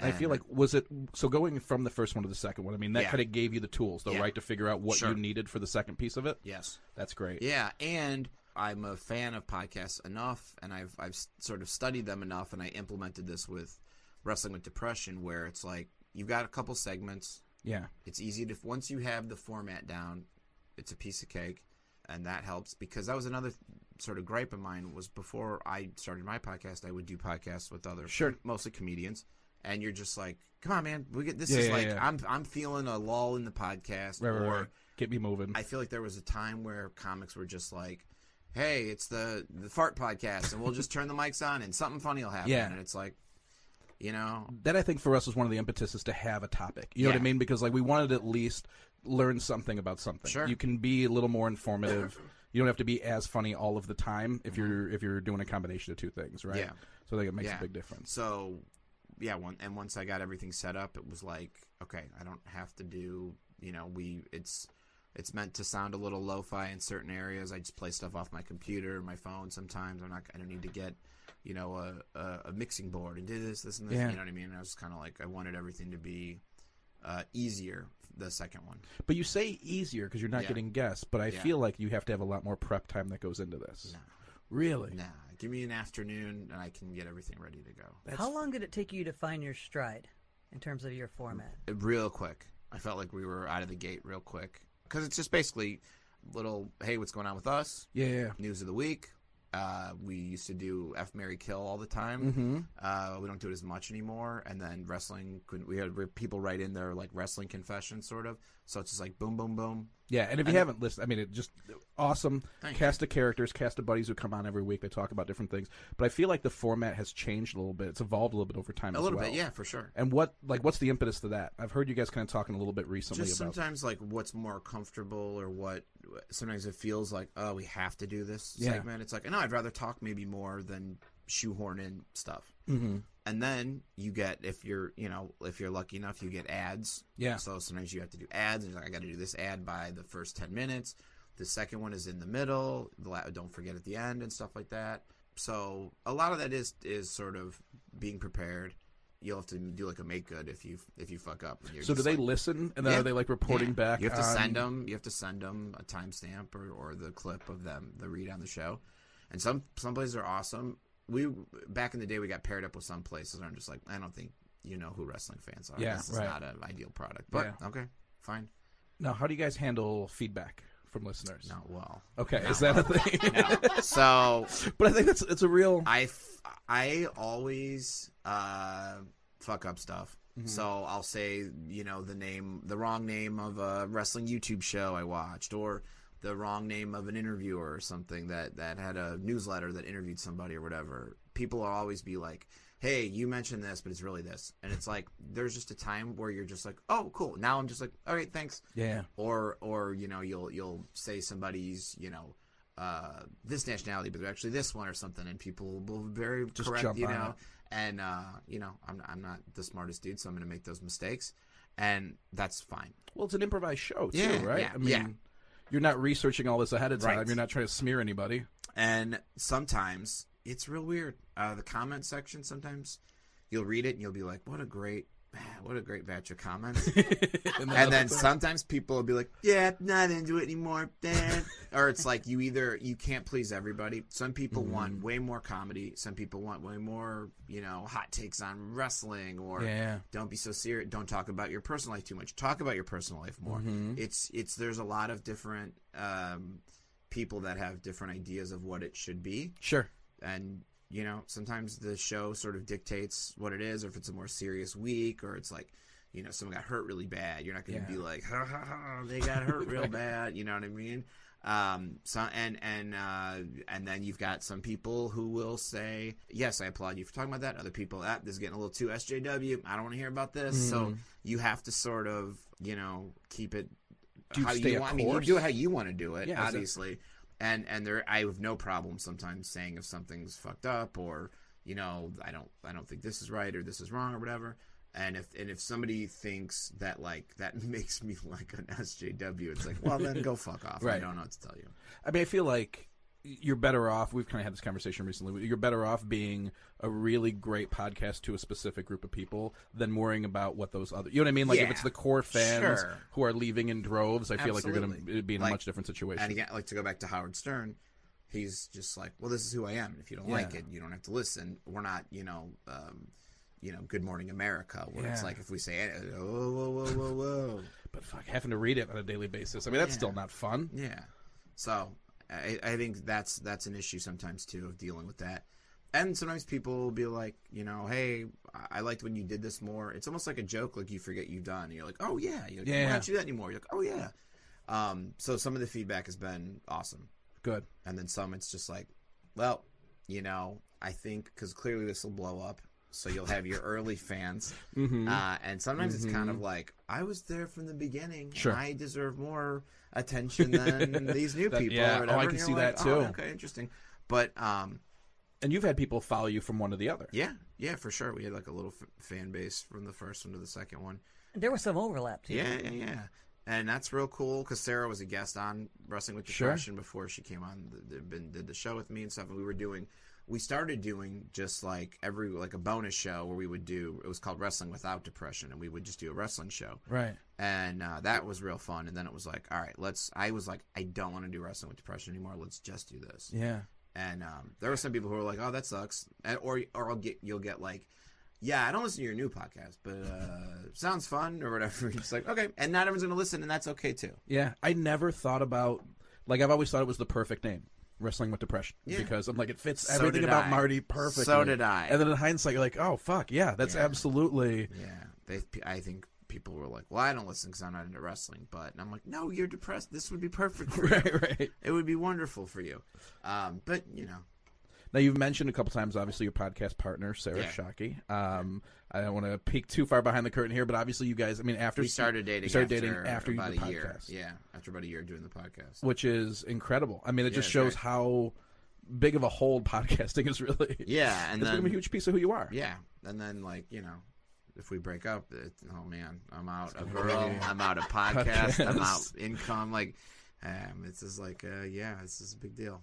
S1: I feel like
S5: And-
S1: was it so going from the first one to the second one? I mean, that
S5: Yeah.
S1: kind of gave you the tools, though,
S5: Yeah.
S1: right, to figure out what
S5: Sure.
S1: you needed for the second piece of it.
S5: yes,
S1: That's great.
S5: Yeah, and I'm a fan of podcasts enough, and I've I've s- sort of studied them enough, and I implemented this with wrestling with depression, where it's like you've got a couple segments.
S1: Yeah.
S5: It's easy to once you have the format down, it's a piece of cake, and that helps because that was another sort of gripe of mine was before I started my podcast, I would do podcasts with other
S1: Sure.
S5: mostly comedians, and you're just like, come on, man, we get this
S1: Yeah,
S5: is
S1: yeah,
S5: like
S1: yeah.
S5: I'm I'm feeling a lull in the podcast
S1: Right, right,
S5: or.
S1: right. Get me moving.
S5: I feel like there was a time where comics were just like, "Hey, it's the the fart podcast, and we'll just turn the mics on, and something funny will happen."
S1: Yeah.
S5: And it's like, you know,
S1: that I think for us was one of the impetuses to have a topic. You know what
S5: Yeah.
S1: I mean? Because like we wanted to at least learn something about something.
S5: Sure.
S1: You can be a little more informative. you don't have to be as funny all of the time if you're if you're doing a combination of two things, right?
S5: Mm-hmm. Yeah.
S1: So I think it makes
S5: Yeah.
S1: a big difference.
S5: so yeah. One and once I got everything set up, it was like, okay, I don't have to do. You know, we it's it's meant to sound a little lo-fi in certain areas. I just play stuff off my computer, my phone. Sometimes I'm not. I don't need to get. You know, a, a, a mixing board and do this, this, and this.
S1: Yeah.
S5: You know what I mean? And I was kind of like, I wanted everything to be uh, easier. The second one,
S1: But you say easier because you're not
S5: Yeah.
S1: getting guests, but I
S5: Yeah.
S1: feel like you have to have a lot more prep time that goes into this. Really?
S5: Nah, give me an afternoon and I can get everything ready to go.
S6: How long did it take you to find your stride in terms of your format?
S5: Uh, Real quick. I felt like we were out of the gate real quick. Because it's just basically little, hey, what's going on with us?
S1: Yeah, yeah.
S5: News of the week. Uh, we used to do F Mary Kill all the time.
S1: Mm-hmm.
S5: Uh, we don't do it as much anymore. And then wrestling, couldn't- we had we had people write in their like wrestling confession sort of. So it's just like boom, boom, boom.
S1: Yeah, and if you haven't listened, I mean, it just awesome
S5: Thanks.
S1: cast of characters, cast of buddies who come on every week. They talk about different things, but I feel like the format has changed a little bit. It's evolved a little bit over time.
S5: A
S1: as
S5: little
S1: well.
S5: bit, yeah, for sure.
S1: And what like what's the impetus to that? I've heard you guys kind of talking a little bit recently
S5: just
S1: about.
S5: sometimes like what's more comfortable or what sometimes it feels like oh we have to do this
S1: Yeah.
S5: segment it's like no i'd rather talk maybe more than shoehorn in stuff
S1: Mhm.
S5: and then you get if you're you know if you're lucky enough you get ads
S1: Yeah.
S5: so sometimes you have to do ads and you're like i gotta do this ad by the first 10 minutes the second one is in the middle the la- don't forget at the end and stuff like that so a lot of that is is sort of being prepared you'll have to do like a make good if you if you fuck up and you're
S1: So do
S5: just
S1: they
S5: like-
S1: listen and then
S5: yeah.
S1: are they like reporting
S5: Yeah.
S1: back?
S5: You have to
S1: on-
S5: send them. You have to send them a timestamp or, or the clip of them, the read on the show. And some some places are awesome. We back in the day we got paired up with some places, and I'm just like, I don't think you know who wrestling fans are.
S1: Yeah,
S5: this is
S1: right.
S5: not an ideal product. But okay, fine.
S1: Now, how do you guys handle feedback from listeners?
S5: Not well.
S1: Okay, is that a thing?
S5: So
S1: but I think that's it's a real.
S5: I f- I always uh, fuck up stuff. So I'll say, you know, the name, the wrong name of a wrestling YouTube show I watched, or the wrong name of an interviewer or something that that had a newsletter that interviewed somebody or whatever, people will always be like, "Hey, you mentioned this, but it's really this," and it's like there's just a time where you're just like, "Oh, cool." Now I'm just like, "All right, thanks."
S1: Yeah.
S5: Or or you know you'll you'll say somebody's you know. Uh, this nationality, but they're actually this one or something, and people will very
S1: Just
S5: correct,
S1: jump
S5: you
S1: on
S5: know.
S1: it.
S5: And uh, you know, I'm I'm not the smartest dude, so I'm going to make those mistakes, and that's fine.
S1: Well, it's an improvised show, too,
S5: Yeah,
S1: right?
S5: yeah,
S1: I mean,
S5: yeah.
S1: you're not researching all this ahead of time.
S5: Right.
S1: You're not trying to smear anybody.
S5: and sometimes it's real weird. Uh, the comment section sometimes you'll read it and you'll be like, "What a great, what a great batch of comments,"
S1: And
S5: and then sometimes people will be like, "Yeah, not into it anymore." eh." or it's like you either you can't please everybody. Some people want way more comedy. Some people want way more, you know, hot takes on wrestling or
S1: Yeah.
S5: don't be so serious don't talk about your personal life too much talk about your personal life more it's it's there's a lot of different um, people that have different ideas of what it should be
S1: Sure.
S5: and you know sometimes the show sort of dictates what it is or if it's a more serious week or it's like you know someone got hurt really bad you're not going to
S1: Yeah.
S5: be like ha, ha, ha, they got hurt real bad you know what i mean um so and and uh and then you've got some people who will say yes i applaud you for talking about that other people ah, this is getting a little too sjw i don't want to hear about this
S1: Hmm.
S5: so you have to sort of you know keep it
S1: Do you
S5: how
S1: stay
S5: you
S1: a
S5: want I mean, you
S1: course?
S5: do it how you want to do it
S1: Yeah, exactly.
S5: obviously and and there I have no problem sometimes saying if something's fucked up or you know I don't I don't think this is right or this is wrong or whatever. And if and if somebody thinks that like that makes me like an SJW, it's like well then go fuck off. I
S1: Right.
S5: don't know what to tell you.
S1: I mean, I feel like you're better off. We've kind of had this conversation recently. But you're better off being a really great podcast to a specific group of people than worrying about what those other. You know what I mean? Like if
S5: Yeah.
S1: it's the core fans
S5: Sure.
S1: who are leaving in droves, I feel like you're going
S5: Absolutely.
S1: to be in a
S5: Like-
S1: much different situation.
S5: And again, like to go back to Howard Stern, he's just like, well, this is who I am. And if you don't like
S1: Yeah.
S5: it, you don't have to listen. We're not, you know, um, you know, Good Morning America, where it's
S1: Yeah.
S5: like if we say, it, oh, whoa, whoa, whoa, whoa.
S1: but fuck, having to read it on a daily basis. I mean, that's
S5: Yeah.
S1: still not fun.
S5: Yeah. So I, I think that's that's an issue sometimes too of dealing with that. And sometimes people will be like, you know, hey, I- I liked when you did this more. It's almost like a joke, like you forget you've done. You're like, oh yeah, you're like, why
S1: Yeah.
S5: don't you do that anymore? You're like, oh yeah. Um, so some of the feedback has been awesome,
S1: Good.
S5: and then some it's just like, well, you know, I think because clearly this will blow up, so you'll have your early fans,
S1: Mm-hmm.
S5: uh, and sometimes it's kind of like, I was there from the beginning,
S1: Sure.
S5: and I deserve more attention than these new people.
S1: yeah.
S5: or
S1: Oh,
S5: whatever.
S1: I can
S5: And you're
S1: see that,
S5: like,
S1: too.
S5: "Oh, okay, interesting. But um,
S1: And you've had people follow you from one to the other.
S5: yeah, yeah, for sure. We had like a little f- fan base from the first one to the second one.
S2: Mm. There was some overlap too.
S5: Yeah, yeah, yeah. And that's real cool because Sarah was a guest on Wrestling with
S1: Sure.
S5: Depression before she came on. th- th- Been did the show with me and stuff. And we were doing, we started doing just like every like a bonus show where we would do. It was called Wrestling Without Depression, and we would just do a wrestling show.
S1: Right.
S5: And uh, that was real fun. And then it was like, all right, let's. I was like, I don't want to do Wrestling with Depression anymore. Let's just do this
S1: Yeah.
S5: and um, there were some people who were like, "Oh, that sucks," and, or or I'll get you'll get like, "Yeah, I don't listen to your new podcast, but uh, sounds fun or whatever." It's like okay, and not everyone's gonna listen, and that's okay too.
S1: Yeah, I never thought about like I've always thought it was the perfect name, wrestling with depression,
S5: Yeah.
S1: because I'm like it fits
S5: So
S1: everything
S5: did
S1: about
S5: I.
S1: Marty perfectly.
S5: So did I.
S1: And then in hindsight, you're like, oh fuck, yeah, that's
S5: Yeah.
S1: absolutely.
S5: Yeah, they. I think people were like, "Well, I don't listen because I'm not into wrestling," but and I'm like, "No, you're depressed. This would be perfect for you.
S1: Right, right.
S5: It would be wonderful for you." Um, but you know,
S1: Now you've mentioned a couple times, obviously your podcast partner Sarah
S5: Yeah.
S1: Shockey. Um, I don't want to peek too far behind the curtain here, but obviously you guys, I mean, after
S5: we started dating.
S1: you started
S5: after
S1: dating after
S5: about
S1: you did the
S5: a
S1: podcast,
S5: year. Yeah, after about a year doing the podcast.
S1: which is incredible. I mean, it just
S5: that's
S1: shows
S5: right.
S1: how big of a hold podcasting is really.
S5: Yeah, and
S1: it's
S5: then
S1: become a huge piece of who you are.
S5: Yeah, and then like you know, if we break up, it, oh man, I'm out a girl, I'm out a podcast, I'm out income. Like, um, it's just like, uh, yeah, this is a big deal.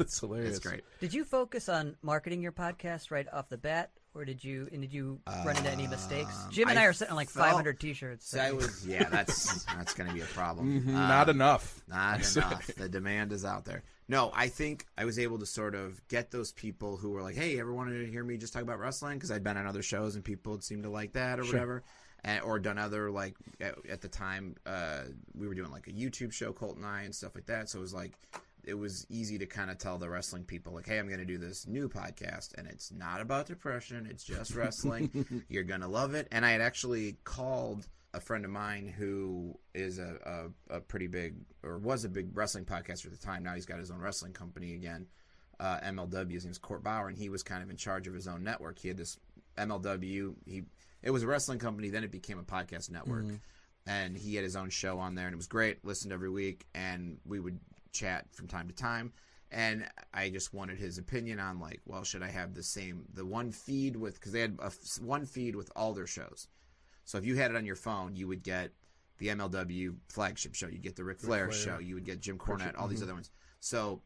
S1: it's hilarious.
S5: It's great.
S2: Did you focus on marketing your podcast right off the bat, or did you and did you run into any mistakes?
S1: Um,
S2: Jim and I,
S5: I
S2: are sitting on like
S5: felt-
S2: 500 t-shirts.
S5: So I was, yeah, that's that's gonna be a problem.
S1: Mhm,
S5: Um,
S1: Not enough.
S5: Not enough. The demand is out there. No, I think I was able to sort of get those people who were like, "Hey, ever wanted to hear me just talk about wrestling?" Because I'd been on other shows and people had seemed to like that or whatever, and, or done other like at, at the time uh, we were doing like a YouTube show, Colt and I, and stuff like that. So it was like it was easy to kind of tell the wrestling people like, "Hey, I'm going to do this new podcast, and it's not about depression. It's just wrestling. You're going to love it." And I had actually called a friend of mine who is a, a, a pretty big or was a big wrestling podcaster at the time. Now he's got his own wrestling company again. Uh, MLW, his name's Court Bauer, and he was kind of in charge of his own network. He had this MLW. He it was a wrestling company, then it became a podcast network, and he had his own show on there, and it was great. Listened every week, and we would chat from time to time. And I just wanted his opinion on like, well, should I have the same the one feed with because they had a f one feed with all their shows. So if you had it on your phone, you would get the MLW flagship show, you get the Ric Flair, show, you mm-hmm. would get Jim Cornette, all these other ones. So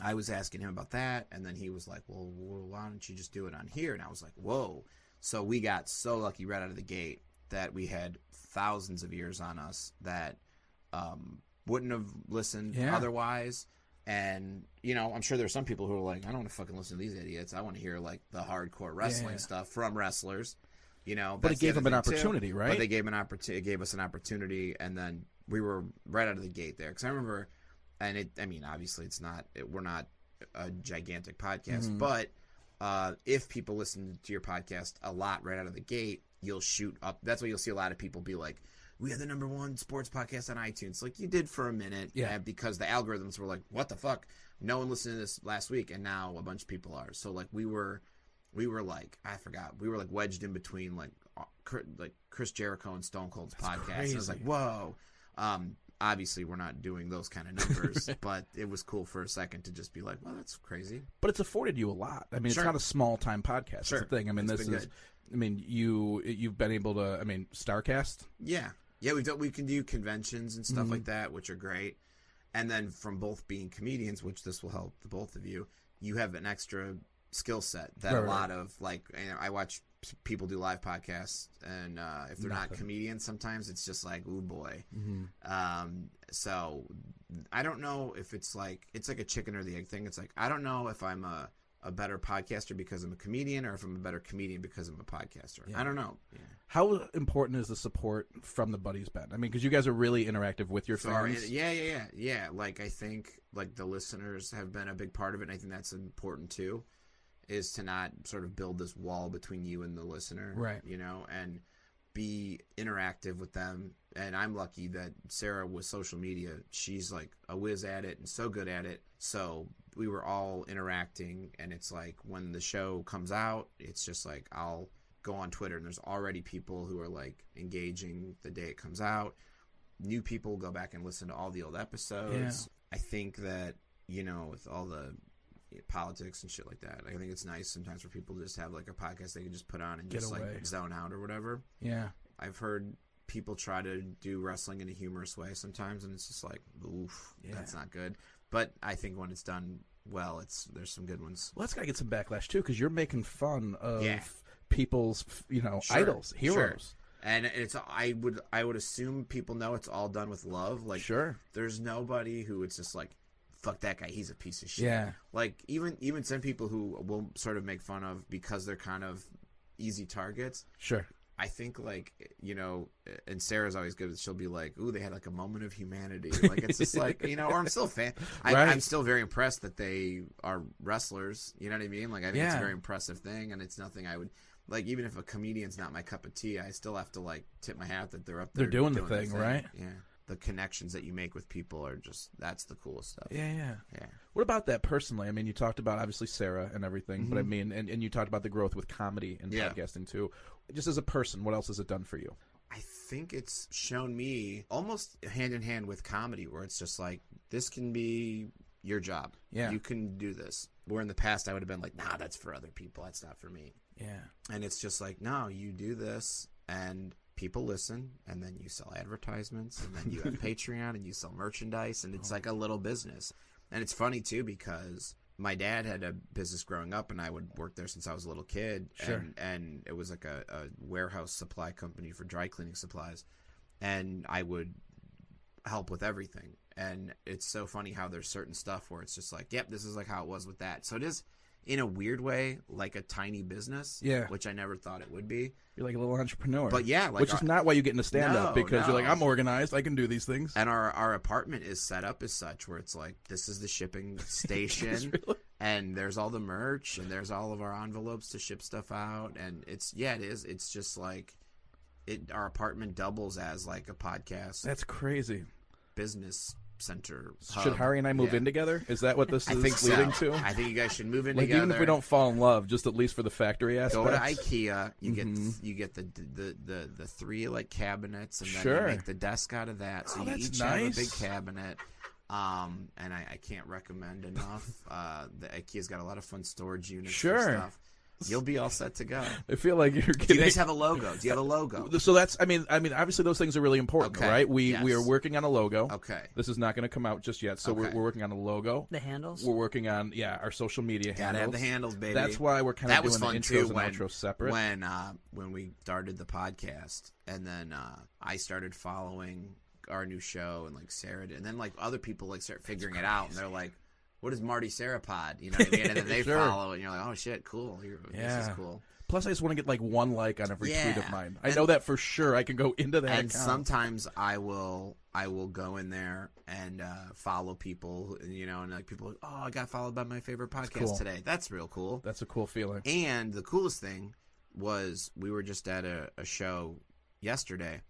S5: I was asking him about that, and then he was like, well, well, why don't you just do it on here?" And I was like, "Whoa!" So we got so lucky right out of the gate that we had thousands of ears on us that um, wouldn't have listened
S1: Yeah.
S5: otherwise. And you know, I'm sure there's some people who are like, "I don't want to fucking listen to these idiots. I want to hear like the hardcore wrestling
S1: Yeah.
S5: stuff from wrestlers." You know,
S1: But it
S5: that's the
S1: gave
S5: other
S1: them an
S5: thing, too.
S1: opportunity, right?
S5: But they gave an opportunity. It gave us an opportunity, and then we were right out of the gate there. Because I remember, and it. I mean, obviously, it's not. It, we're not a gigantic podcast, but uh, if people listen to your podcast a lot right out of the gate, you'll shoot up. That's why you'll see a lot of people be like, "We are the number one sports podcast on iTunes." Like you did for a minute,
S1: Yeah.
S5: uh, because the algorithms were like, "What the fuck? No one listened to this last week," and now a bunch of people are. So like we were we were like I forgot we were like wedged in between like uh, Cr- like Chris Jericho and Stone Cold's podcast. And I was like, whoa. Um, obviously, we're not doing those kind of numbers, but it was cool for a second to just be like, well, that's crazy.
S1: but it's afforded you a lot. I mean,
S5: Sure.
S1: it's not a small time podcast.
S5: Sure.
S1: That's the thing. I mean,
S5: It's
S1: this
S5: been
S1: is.
S5: good.
S1: I mean, you you've been able to. I mean, Starcast.
S5: Yeah, yeah, we've done, we can do conventions and stuff
S1: Mm-hmm.
S5: like that, which are great. And then from both being comedians, which this will help the both of you, you have an extra skill set that a
S1: Right, right.
S5: lot of like you know, I watch p- people do live podcasts, and uh, if they're not comedians, sometimes it's just like, oh boy.
S1: Mm-hmm.
S5: Um, so I don't know if it's like it's like a chicken or the egg thing. It's like I don't know if I'm a a better podcaster because I'm a comedian, or if I'm a better comedian because I'm a podcaster. I don't know.
S1: How important is the support from the buddies band? I mean, because you guys are really interactive with your
S5: Far-
S1: fans.
S5: yeah, yeah, yeah, yeah. Like I think like the listeners have been a big part of it, and I think that's important too, is to not sort of build this wall between you and the listener,
S1: Right.
S5: You know, and be interactive with them. And I'm lucky that Sarah with social media, she's like a whiz at it and so good at it. So we were all interacting, and it's like when the show comes out, it's just like I'll go on Twitter, and there's already people who are like engaging the day it comes out new people go back and listen to all the old episodes. I think that you know, with all the you know, politics and shit like that, I think it's nice sometimes for people to just have like a podcast they can just put on and just
S1: away.
S5: like zone out or whatever.
S1: yeah.
S5: I've heard people try to do wrestling in a humorous way sometimes, and it's just like, oof, that's not good. But I think when it's done well, it's there's some good ones.
S1: Well, that's got to get some backlash too, because you're making fun of
S5: Yeah.
S1: people's, you know,
S5: Sure,
S1: idols,
S5: sure.
S1: heroes.
S5: And it's I would I would assume people know it's all done with love. Like
S1: Sure.
S5: there's nobody who it's just like fuck that guy he's a piece of shit
S1: Yeah.
S5: like even even some people who will sort of make fun of because they're kind of easy targets
S1: Sure.
S5: i think like you know and sarah's always good she'll be like ooh they had like a moment of humanity like it's just like you know or i'm still fan I,
S1: Right.
S5: i'm still very impressed that they are wrestlers you know what i mean like i think it's a
S1: Yeah.
S5: very impressive thing and it's nothing i would like even if a comedian's not my cup of tea i still have to like tip my hat that they're up there
S1: They're doing the thing, right?
S5: yeah the connections that you make with people are just that's the coolest stuff
S1: Yeah, yeah.
S5: yeah.
S1: What about that personally? I mean, you talked about obviously Sarah and everything, but I mean, and, and you talked about the growth with comedy and
S5: Yeah.
S1: podcasting too. Just as a person, what else has it done for you?
S5: I think it's shown me almost hand in hand with comedy, where it's just like this can be your job.
S1: Yeah.
S5: you can do this. Where in the past I would have been like, nah, that's for other people. That's not for me.
S1: Yeah.
S5: And it's just like, no, you do this, and people listen, and then you sell advertisements, and then you have Patreon, and you sell merchandise, and it's like a little business. And it's funny too because my dad had a business growing up, and I would work there since I was a little kid.
S1: Sure.
S5: And, and it was like a, a warehouse supply company for dry cleaning supplies, and I would help with everything. And it's so funny how there's certain stuff where it's just like, yep, this is like how it was with that. So it is, in a weird way, like a tiny business,
S1: Yeah.
S5: which I never thought it would be.
S1: You're like a little entrepreneur.
S5: But yeah, like
S1: which
S5: I-
S1: is not why you get into stand up
S5: No,
S1: because you're like,
S5: no.
S1: I'm organized, I can do these things.
S5: And our our apartment is set up as such where it's like this is the shipping station and there's all the merch and there's all of our envelopes to ship stuff out and it's yeah, it is. It's just like it our apartment doubles as like a podcast
S1: That's crazy.
S5: business center.
S1: Should
S5: hub.
S1: Harry and I move
S5: Yeah.
S1: in together? Is that what this
S5: I
S1: is
S5: think so.
S1: leading to?
S5: I think you guys should move in
S1: like
S5: together.
S1: even if we don't fall in love, just at least for the factory
S5: go
S1: aspect.
S5: to IKEA, you
S1: Mm-hmm.
S5: get you get the the the, the three like cabinets, and then
S1: Sure.
S5: you make the desk out of that. So
S1: Oh,
S5: you
S1: that's
S5: each have a
S1: nice.
S5: big cabinet. Um, and I, I can't recommend enough. Uh, the IKEA's got a lot of fun storage units.
S1: Sure.
S5: and stuff. you'll be all set to go.
S1: I feel like you're
S5: Do
S1: getting.
S5: you guys have a logo? Do you have a logo?
S1: so that's I mean I mean obviously those things are really important,
S5: Okay.
S1: right? We we
S5: Yes.
S1: are working on a logo.
S5: Okay.
S1: This is not going to come out just yet, so we're,
S5: Okay.
S1: we're working on a logo.
S2: The handles.
S1: We're working on yeah our social media
S5: Gotta have the handles, baby.
S1: That's why we're kind of
S5: that
S1: doing
S5: was fun
S1: the
S5: too
S1: intros and
S5: when
S1: outros separate.
S5: when uh, when we started the podcast, and then uh, I started following our new show, and like Sarah, did, and then like other people like start figuring it out, and they're like, "What is Marty Sarapod?" You know, what I mean? and then they
S1: Sure.
S5: follow, it, and you're like, "Oh shit, cool! You're, This
S1: Yeah.
S5: is cool."
S1: Plus, I just want to get like one like on every tweet of
S5: Yeah.
S1: mine. I
S5: And-
S1: know that for sure. I can go into that
S5: and
S1: account.
S5: sometimes I will I will go in there and uh, follow people, and, you know, and like people, are like, "Oh, I got followed by my favorite podcast
S1: cool.
S5: today." That's real cool.
S1: That's a cool feeling.
S5: And the coolest thing was we were just at a, a show yesterday,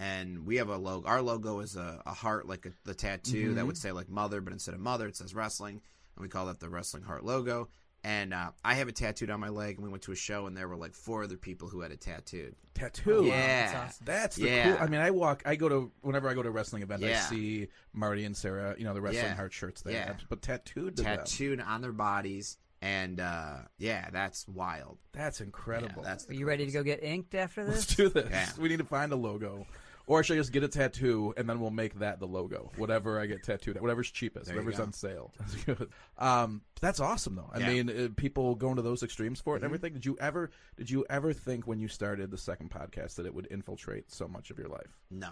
S5: and we have a logo. Our logo is a, a heart, like a, the tattoo that would say like mother, but instead of mother, it says wrestling, and we call that the wrestling heart logo. And uh, I have it tattooed on my leg, and we went to a show, and there were like four other people who had it tattooed.
S1: Tattoo.
S5: yeah,
S2: that's awesome.
S1: That's the
S5: Yeah.
S1: cool. I mean, I walk. I go to whenever I go to a wrestling event. I
S5: Yeah.
S1: see Marty and Sarah. You know the wrestling
S5: Yeah.
S1: heart shirts they
S5: Yeah.
S1: have, but tattooed to them.
S5: tattooed on their bodies, and uh, yeah, that's wild.
S1: That's
S5: Yeah,
S1: incredible.
S5: that's the
S2: Are you ready to go get inked after
S1: Let's
S2: this?
S1: do this.
S5: Yeah.
S1: We need to find a logo, or should I just get a tattoo and then we'll make that the logo? Whatever I get tattooed, at, whatever's cheapest,
S5: There you
S1: whatever's
S5: go.
S1: on sale. um, that's awesome though. I
S5: Yeah. Mm-hmm.
S1: mean, uh, people going to those extremes for it and everything. Did you ever? Did you ever think when you started the second podcast that it would infiltrate so much of your life?
S5: No.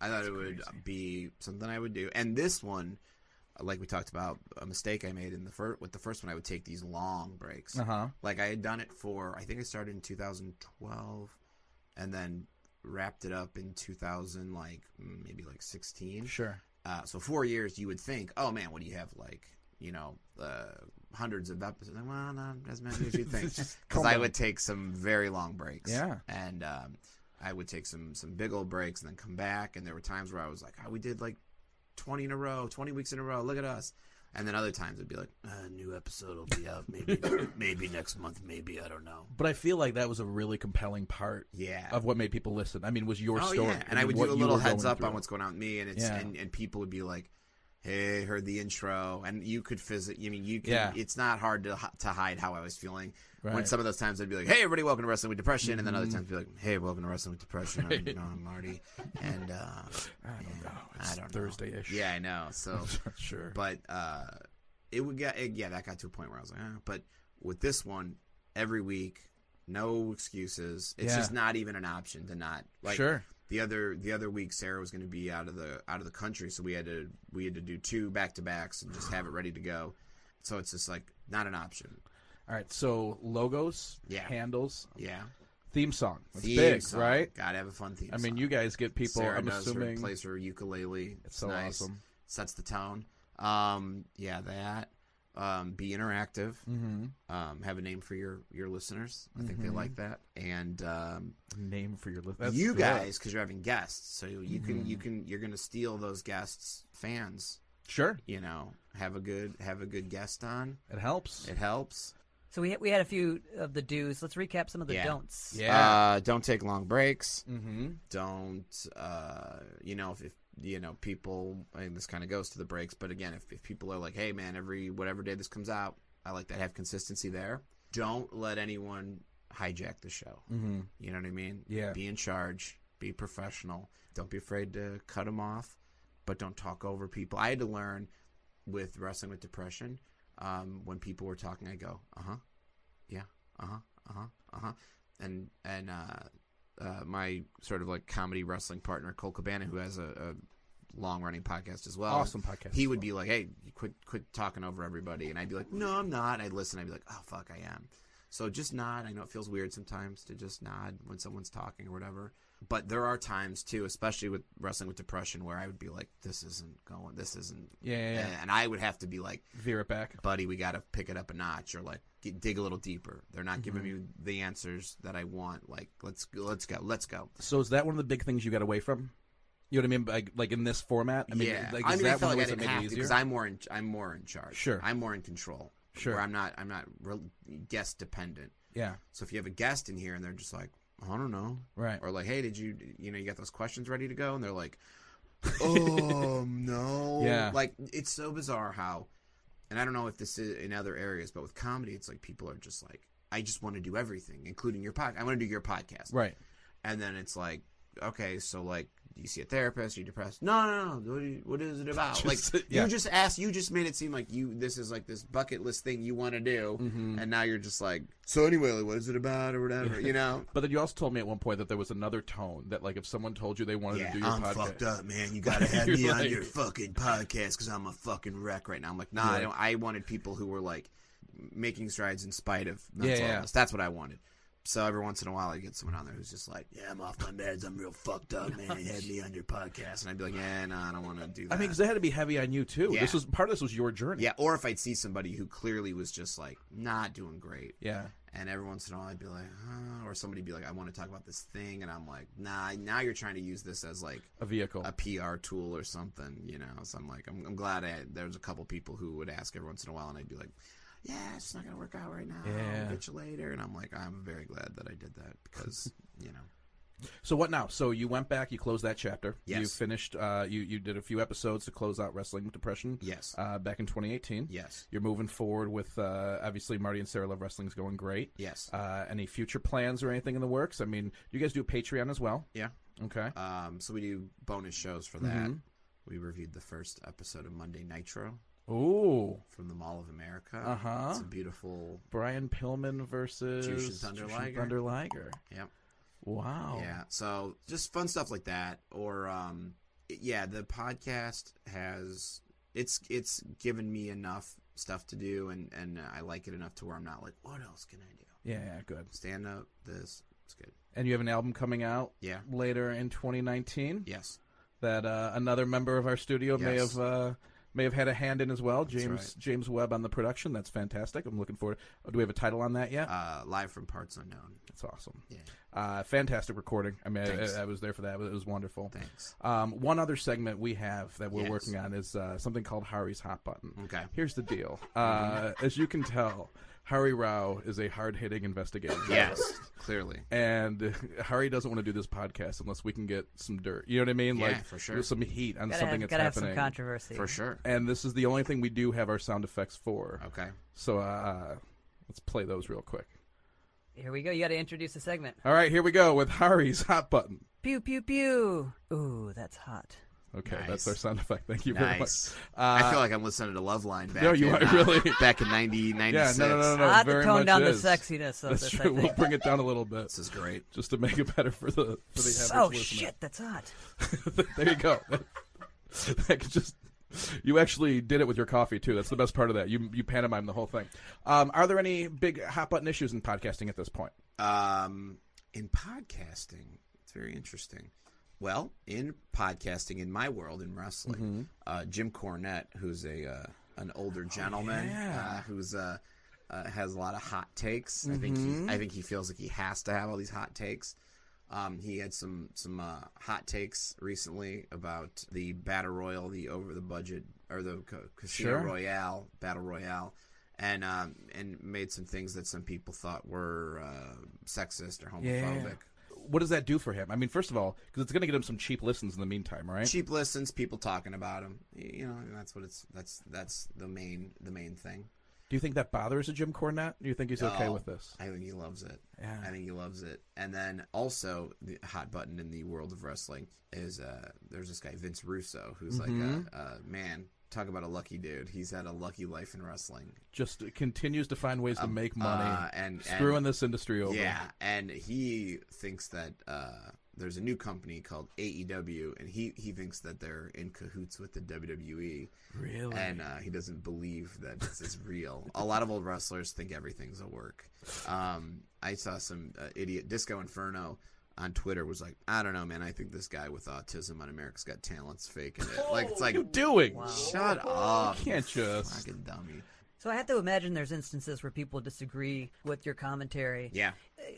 S5: I thought it would be something I would do. And this one, like we talked about, a mistake I made in the first with the first one, I would take these long breaks.
S1: Uh huh.
S5: Like I had done it for, I think I started in 2012, and then wrapped it up in 2000, like mm, maybe like 16.
S1: Sure.
S5: Uh, so four years, you would think, oh man, what do you have like, you know, uh, hundreds of episodes? Well, not as many as you think, because I would take some very long breaks.
S1: Yeah.
S5: and um, I would take some some big old breaks and then come back. And there were times where I was like, oh, we did like twenty in a row, twenty weeks in a row. Look at us. And then other times it'd be like, a new episode will be out maybe maybe next month, maybe I don't know.
S1: But I feel like that was a really compelling part
S5: Yeah.
S1: of what made people listen. I mean, was your story.
S5: Oh, and, I
S1: mean,
S5: would
S1: what
S5: do a
S1: you
S5: little
S1: were
S5: heads
S1: going
S5: up
S1: through.
S5: on what's going on with me, and it's
S1: Yeah.
S5: and, and people would be like, "Hey, heard the intro," and you could visit. I mean, you can.
S1: Yeah.
S5: It's not hard to hi- to hide how I was feeling. When
S1: Right.
S5: some of those times I'd be like, "Hey, everybody, welcome to Wrestling with Depression," and then other times I'd be like, "Hey, welcome to Wrestling with Depression." I'm, you know, I'm Marty, and uh, I don't know.
S1: It's Thursday-ish.
S5: Yeah, I know. So
S1: Sure.
S5: but uh, it would get it, yeah that got to a point where I was like, eh. but with this one, every week, no excuses. It's
S1: Yeah.
S5: just not even an option to not like
S1: Sure.
S5: the other the other week Sarah was going to be out of the out of the country, so we had to we had to do two back to backs and just have it ready to go. So it's just like not an option.
S1: All right. So logos,
S5: Yeah.
S1: handles,
S5: Yeah,
S1: theme song. It's
S5: Theme
S1: big,
S5: song.
S1: right?
S5: Gotta have a fun theme.
S1: I mean,
S5: song.
S1: you guys get people.
S5: Sarah
S1: I'm
S5: knows
S1: assuming
S5: her, plays her ukulele. It's
S1: so
S5: nice.
S1: awesome.
S5: Sets the tone. Um, yeah, that. Um, be interactive.
S1: Mhm.
S5: Um, have a name for your your listeners. I think they
S1: Mm-hmm.
S5: like that. And um,
S1: name for your list.
S5: you guys, because you're having guests, so you
S1: Mm-hmm.
S5: can you can you're gonna steal those guests' fans.
S1: sure,
S5: You know, have a good have a good guest on.
S1: it helps.
S5: It helps.
S2: So we we had a few of the do's. Let's recap some of the
S5: Yeah.
S2: don'ts.
S5: Uh, don't take long breaks.
S1: mm-hmm.
S5: don't uh you know if, if you know people and this kind of goes to the breaks but again if, if people are like hey man every whatever day this comes out i like that have consistency there don't let anyone hijack the show
S1: Mm-hmm.
S5: you know what i mean
S1: Yeah.
S5: be in charge be professional don't be afraid to cut them off but don't talk over people i had to learn with wrestling with depression um when people were talking i go uh-huh yeah uh-huh uh-huh uh-huh and and uh uh, my sort of like comedy wrestling partner Cole Cabana, who has a, a long running podcast as well.
S1: Awesome podcast
S5: He
S1: as
S5: would
S1: well.
S5: be like, "Hey, you quit quit talking over everybody," and I'd be like, "No, I'm not." I'd listen. I'd be like, "Oh fuck, I am." So just nod. I know it feels weird sometimes to just nod when someone's talking or whatever, but there are times too, especially with wrestling with depression, where I would be like, "This isn't going. This isn't."
S1: Yeah, yeah, yeah.
S5: And I would have to be like,
S1: Veer it back.
S5: buddy, we got to pick it up a notch or like get, dig a little deeper. They're not giving
S1: Mm-hmm.
S5: me the answers that I want. Like, let's let's go, let's go.
S1: So is that one of the big things you got away from? You know what I mean? Like, like in this format, I mean,
S5: yeah,
S1: like, is
S5: I mean,
S1: that
S5: I felt
S1: one
S5: like
S1: of the ways
S5: I didn't
S1: that made it
S5: have to
S1: easier?
S5: because I'm more in I'm more in charge.
S1: Sure.
S5: I'm more in control.
S1: Sure.
S5: where I'm not I'm not re- guest dependent.
S1: yeah,
S5: So if you have a guest in here and they're just like, I don't know,
S1: right.
S5: or like, hey, did you you know you got those questions ready to go? And they're like, oh no,
S1: Yeah.
S5: Like it's so bizarre how, and I don't know if this is in other areas, but with comedy, it's like people are just like, I just want to do everything, including your podcast. I want to do your podcast,
S1: right.
S5: and then it's like, okay, so like, do you see a therapist? Are you depressed? No, no, no. What, do you- what is it about?
S1: Just-
S5: like,
S1: yeah.
S5: you just asked. You just made it seem like you this is like this bucket list thing you want to do,
S1: Mm-hmm.
S5: and now you're just like, so anyway, like, what is it about or whatever, you know?
S1: But then you also told me at one point that there was another tone that, like, if someone told you they wanted
S5: Yeah,
S1: to do your
S5: I'm
S1: podcast,
S5: fucked up, man. You gotta have
S1: You're
S5: me on
S1: like-
S5: your fucking podcast because I'm a fucking wreck right now. I'm like, nah, I
S1: Right.
S5: don't. I wanted people who were like making strides in spite of
S1: Yeah,
S5: mental
S1: yeah.
S5: illness. That's what I wanted. So every once in a while, I get someone on there who's just like, "Yeah, I'm off my meds. I'm real fucked up, man. Have me on your podcast." And I'd be like, "Yeah, no, I don't want to do that."
S1: I mean, because that had to be heavy on you too.
S5: Yeah.
S1: This was part of this was your journey.
S5: yeah. Or if I'd see somebody who clearly was just like not doing great,
S1: yeah.
S5: and every once in a while I'd be like, huh, or somebody be like, "I want to talk about this thing," and I'm like, "Nah, now you're trying to use this as like
S1: A vehicle.
S5: a PR tool or something, you know. So I'm like, I'm, I'm glad I, there was a couple people who would ask every once in a while, and I'd be like, yeah, it's not gonna work out right now.
S1: Yeah.
S5: I'll get you later. And I'm like, I'm very glad that I did that because, you know,
S1: So what now? So you went back, you closed that chapter. You
S5: Yes.
S1: finished. Uh, you you did a few episodes to close out wrestling with depression.
S5: yes,
S1: Uh, back in 2018.
S5: yes,
S1: You're moving forward with uh, obviously Marty and Sarah Love Wrestling's going great.
S5: yes,
S1: Uh, any future plans or anything in the works? I mean, you guys do Patreon as well.
S5: yeah.
S1: Okay.
S5: Um, so we do bonus shows for that.
S1: Mm-hmm.
S5: We reviewed the first episode of Monday Nitro
S1: Ooh,
S5: from the Mall of America.
S1: Uh-huh.
S5: It's a beautiful.
S1: Brian Pillman versus
S5: Jushin Thunder
S1: Jushin
S5: Liger.
S1: Thunder Liger.
S5: Yep.
S1: Wow.
S5: Yeah. So just fun stuff like that, or um, yeah, the podcast has it's it's given me enough stuff to do, and and I like it enough to where I'm not like, what else can I do?
S1: Yeah. yeah, Good.
S5: Stand up. This it's good.
S1: And you have an album coming out
S5: Yeah.
S1: later in 2019.
S5: Yes.
S1: that uh, another member of our studio may
S5: Yes.
S1: have uh, may have had a hand in as well. James
S5: right.
S1: James Webb on the production. That's fantastic. I'm looking forward. oh, do we have a title on that yet?
S5: Uh, live from parts unknown.
S1: That's awesome.
S5: Yeah.
S1: Uh, fantastic recording. I mean,
S5: Thanks.
S1: I, I was there for that. It was wonderful.
S5: Thanks.
S1: Um, one other segment we have that we're
S5: Yes. Mm.
S1: working on is uh, something called Hari's Hot Button.
S5: Okay.
S1: Here's the deal. Uh, as you can tell, Hari Rao is a hard hitting investigator.
S5: Yes. Clearly.
S1: and Harry doesn't want to do this podcast unless we can get some dirt. You know what I mean?
S5: Yeah,
S1: like
S5: for sure.
S1: some heat on
S2: Gotta,
S1: something that's
S2: have, gotta have
S1: happening.
S2: some controversy.
S5: For sure.
S1: and this is the only thing we do have our sound effects for.
S5: Okay.
S1: So uh, let's play those real quick.
S2: Here we go. You got to introduce the segment.
S1: All right, here we go with Hari's hot button.
S2: Pew pew pew. Ooh, that's hot.
S1: Okay,
S5: Nice.
S1: that's our sound effect. Thank you very
S5: Nice.
S1: much. Uh,
S5: I feel like I'm listening to Love Line back.
S1: No, you
S5: in,
S1: are,
S5: uh,
S1: really.
S5: Back in 90, 96.
S1: no, no, no.
S2: I had to
S1: very
S2: tone
S1: much
S2: down
S1: is.
S2: the sexiness of
S1: that's
S2: this.
S1: true.
S2: I
S1: We'll
S2: think.
S1: bring it down a little bit
S5: This is great.
S1: just to make it better for the for the average
S2: oh
S1: listener.
S2: shit, that's hot.
S1: there you go. that could just you actually did it with your coffee too. That's the best part of that. You you pantomime the whole thing. Um, are there any big hot button issues in podcasting at this point?
S5: Um, in podcasting, it's very interesting. Well, in podcasting, in my world, in wrestling, uh, Jim Cornette, who's a uh, an older gentleman uh, who's uh, uh, has a lot of hot takes. I think he, I think he feels like he has to have all these hot takes. Um, he had some some uh, hot takes recently about the battle royal, the over the budget or the ca- casino
S1: Sure.
S5: royale, battle royale, and um, and made some things that some people thought were uh, sexist or homophobic.
S1: What does that do for him? I mean, first of all, because it's going to get him some cheap listens in the meantime, right?
S5: Cheap listens, people talking about him. You know, and that's what it's. That's that's the main the main thing.
S1: Do you think that bothers a Jim Cornette? Do you think he's okay
S5: Oh,
S1: with this?
S5: I think he loves it.
S1: Yeah.
S5: I think he loves it. And then also the hot button in the world of wrestling is uh there's this guy Vince Russo who's like
S1: Mm-hmm.
S5: a, a man. Talk about a lucky dude. He's had a lucky life in wrestling.
S1: Just continues to find ways to make money,
S5: uh, and-
S1: screwing
S5: and-
S1: this industry over.
S5: Yeah, and he thinks that uh, there's a new company called AEW, and he, he thinks that they're in cahoots with the WWE.
S1: Really?
S5: And uh, he doesn't believe that this is real. a lot of old wrestlers think everything's a work. Um, I saw some uh, idiot Disco Inferno on Twitter was like, I don't know, man. I think this guy with autism on America's Got Talent's faking it. Like, it's like,
S1: Doing.
S6: Wow.
S5: shut up.
S1: Can't just.
S5: Fucking dummy.
S6: So I have to imagine there's instances where people disagree with your commentary.
S5: Yeah,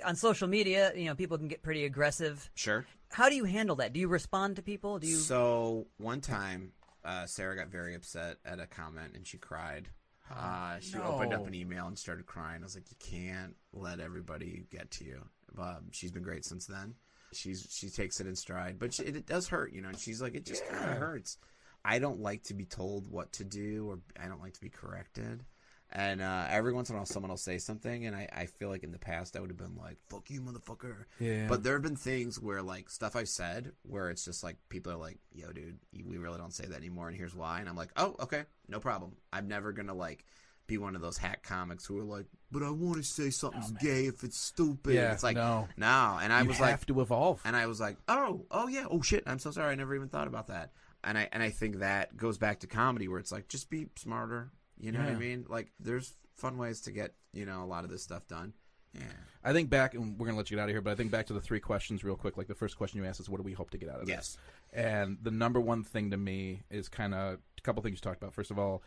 S6: On social media, you know, people can get pretty aggressive.
S5: sure.
S6: How do you handle that? Do you respond to people? Do you?
S5: So one time, uh, Sarah got very upset at a comment and she cried. Uh, she opened up an email and started crying. I was like, "You can't let everybody get to you." Um, she's been great since then. She's she takes it in stride, but she, it, it does hurt, you know. And she's like, "It just kind of hurts." I don't like to be told what to do, or I don't like to be corrected. And uh, every once in a while, someone will say something, and I, I feel like in the past I would have been like, "Fuck you, motherfucker."
S1: Yeah.
S5: But there have been things where like stuff I've said where it's just like people are like, "Yo, dude, you- we really don't say that anymore," and here's why. And I'm like, "Oh, okay, no problem. I'm never gonna like be one of those hack comics who are like, but I want to say something's gay if it's stupid."
S1: Oh, Yeah,
S5: it's like
S1: no.
S5: no. And I
S1: you
S5: was like,
S1: have to evolve.
S5: and I was like, "Oh, oh yeah, oh shit, I'm so sorry. I never even thought about that." And I and I think that goes back to comedy where it's like just be smarter. You know what I
S1: Yeah.
S5: mean? Like there's fun ways to get you know a lot of this stuff done. Yeah.
S1: I think back, and we're gonna let you get out of here. But I think back to the three questions real quick. Like the first question you asked is, "What do we hope to get out of
S5: Yes.
S1: this?" And the number one thing to me is kind of a couple things you talked about. First of all,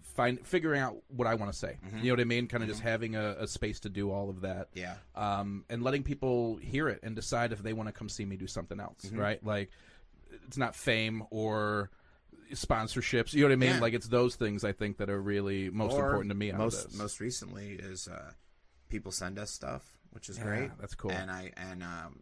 S1: find figuring out what I want to say.
S5: Mm-hmm.
S1: You know what I mean? Kind of just having a, a space to do all of that.
S5: Yeah.
S1: Um, and letting people hear it and decide if they want to come see me do something else.
S5: Mm-hmm.
S1: Right? Like, it's not fame or sponsorships. You know what I mean?
S5: Yeah.
S1: Like it's those things I think that are really most
S5: Or
S1: important to me. Out
S5: most
S1: of this.
S5: most recently is uh, people send us stuff, which is
S1: Yeah,
S5: great.
S1: that's cool.
S5: And I and um,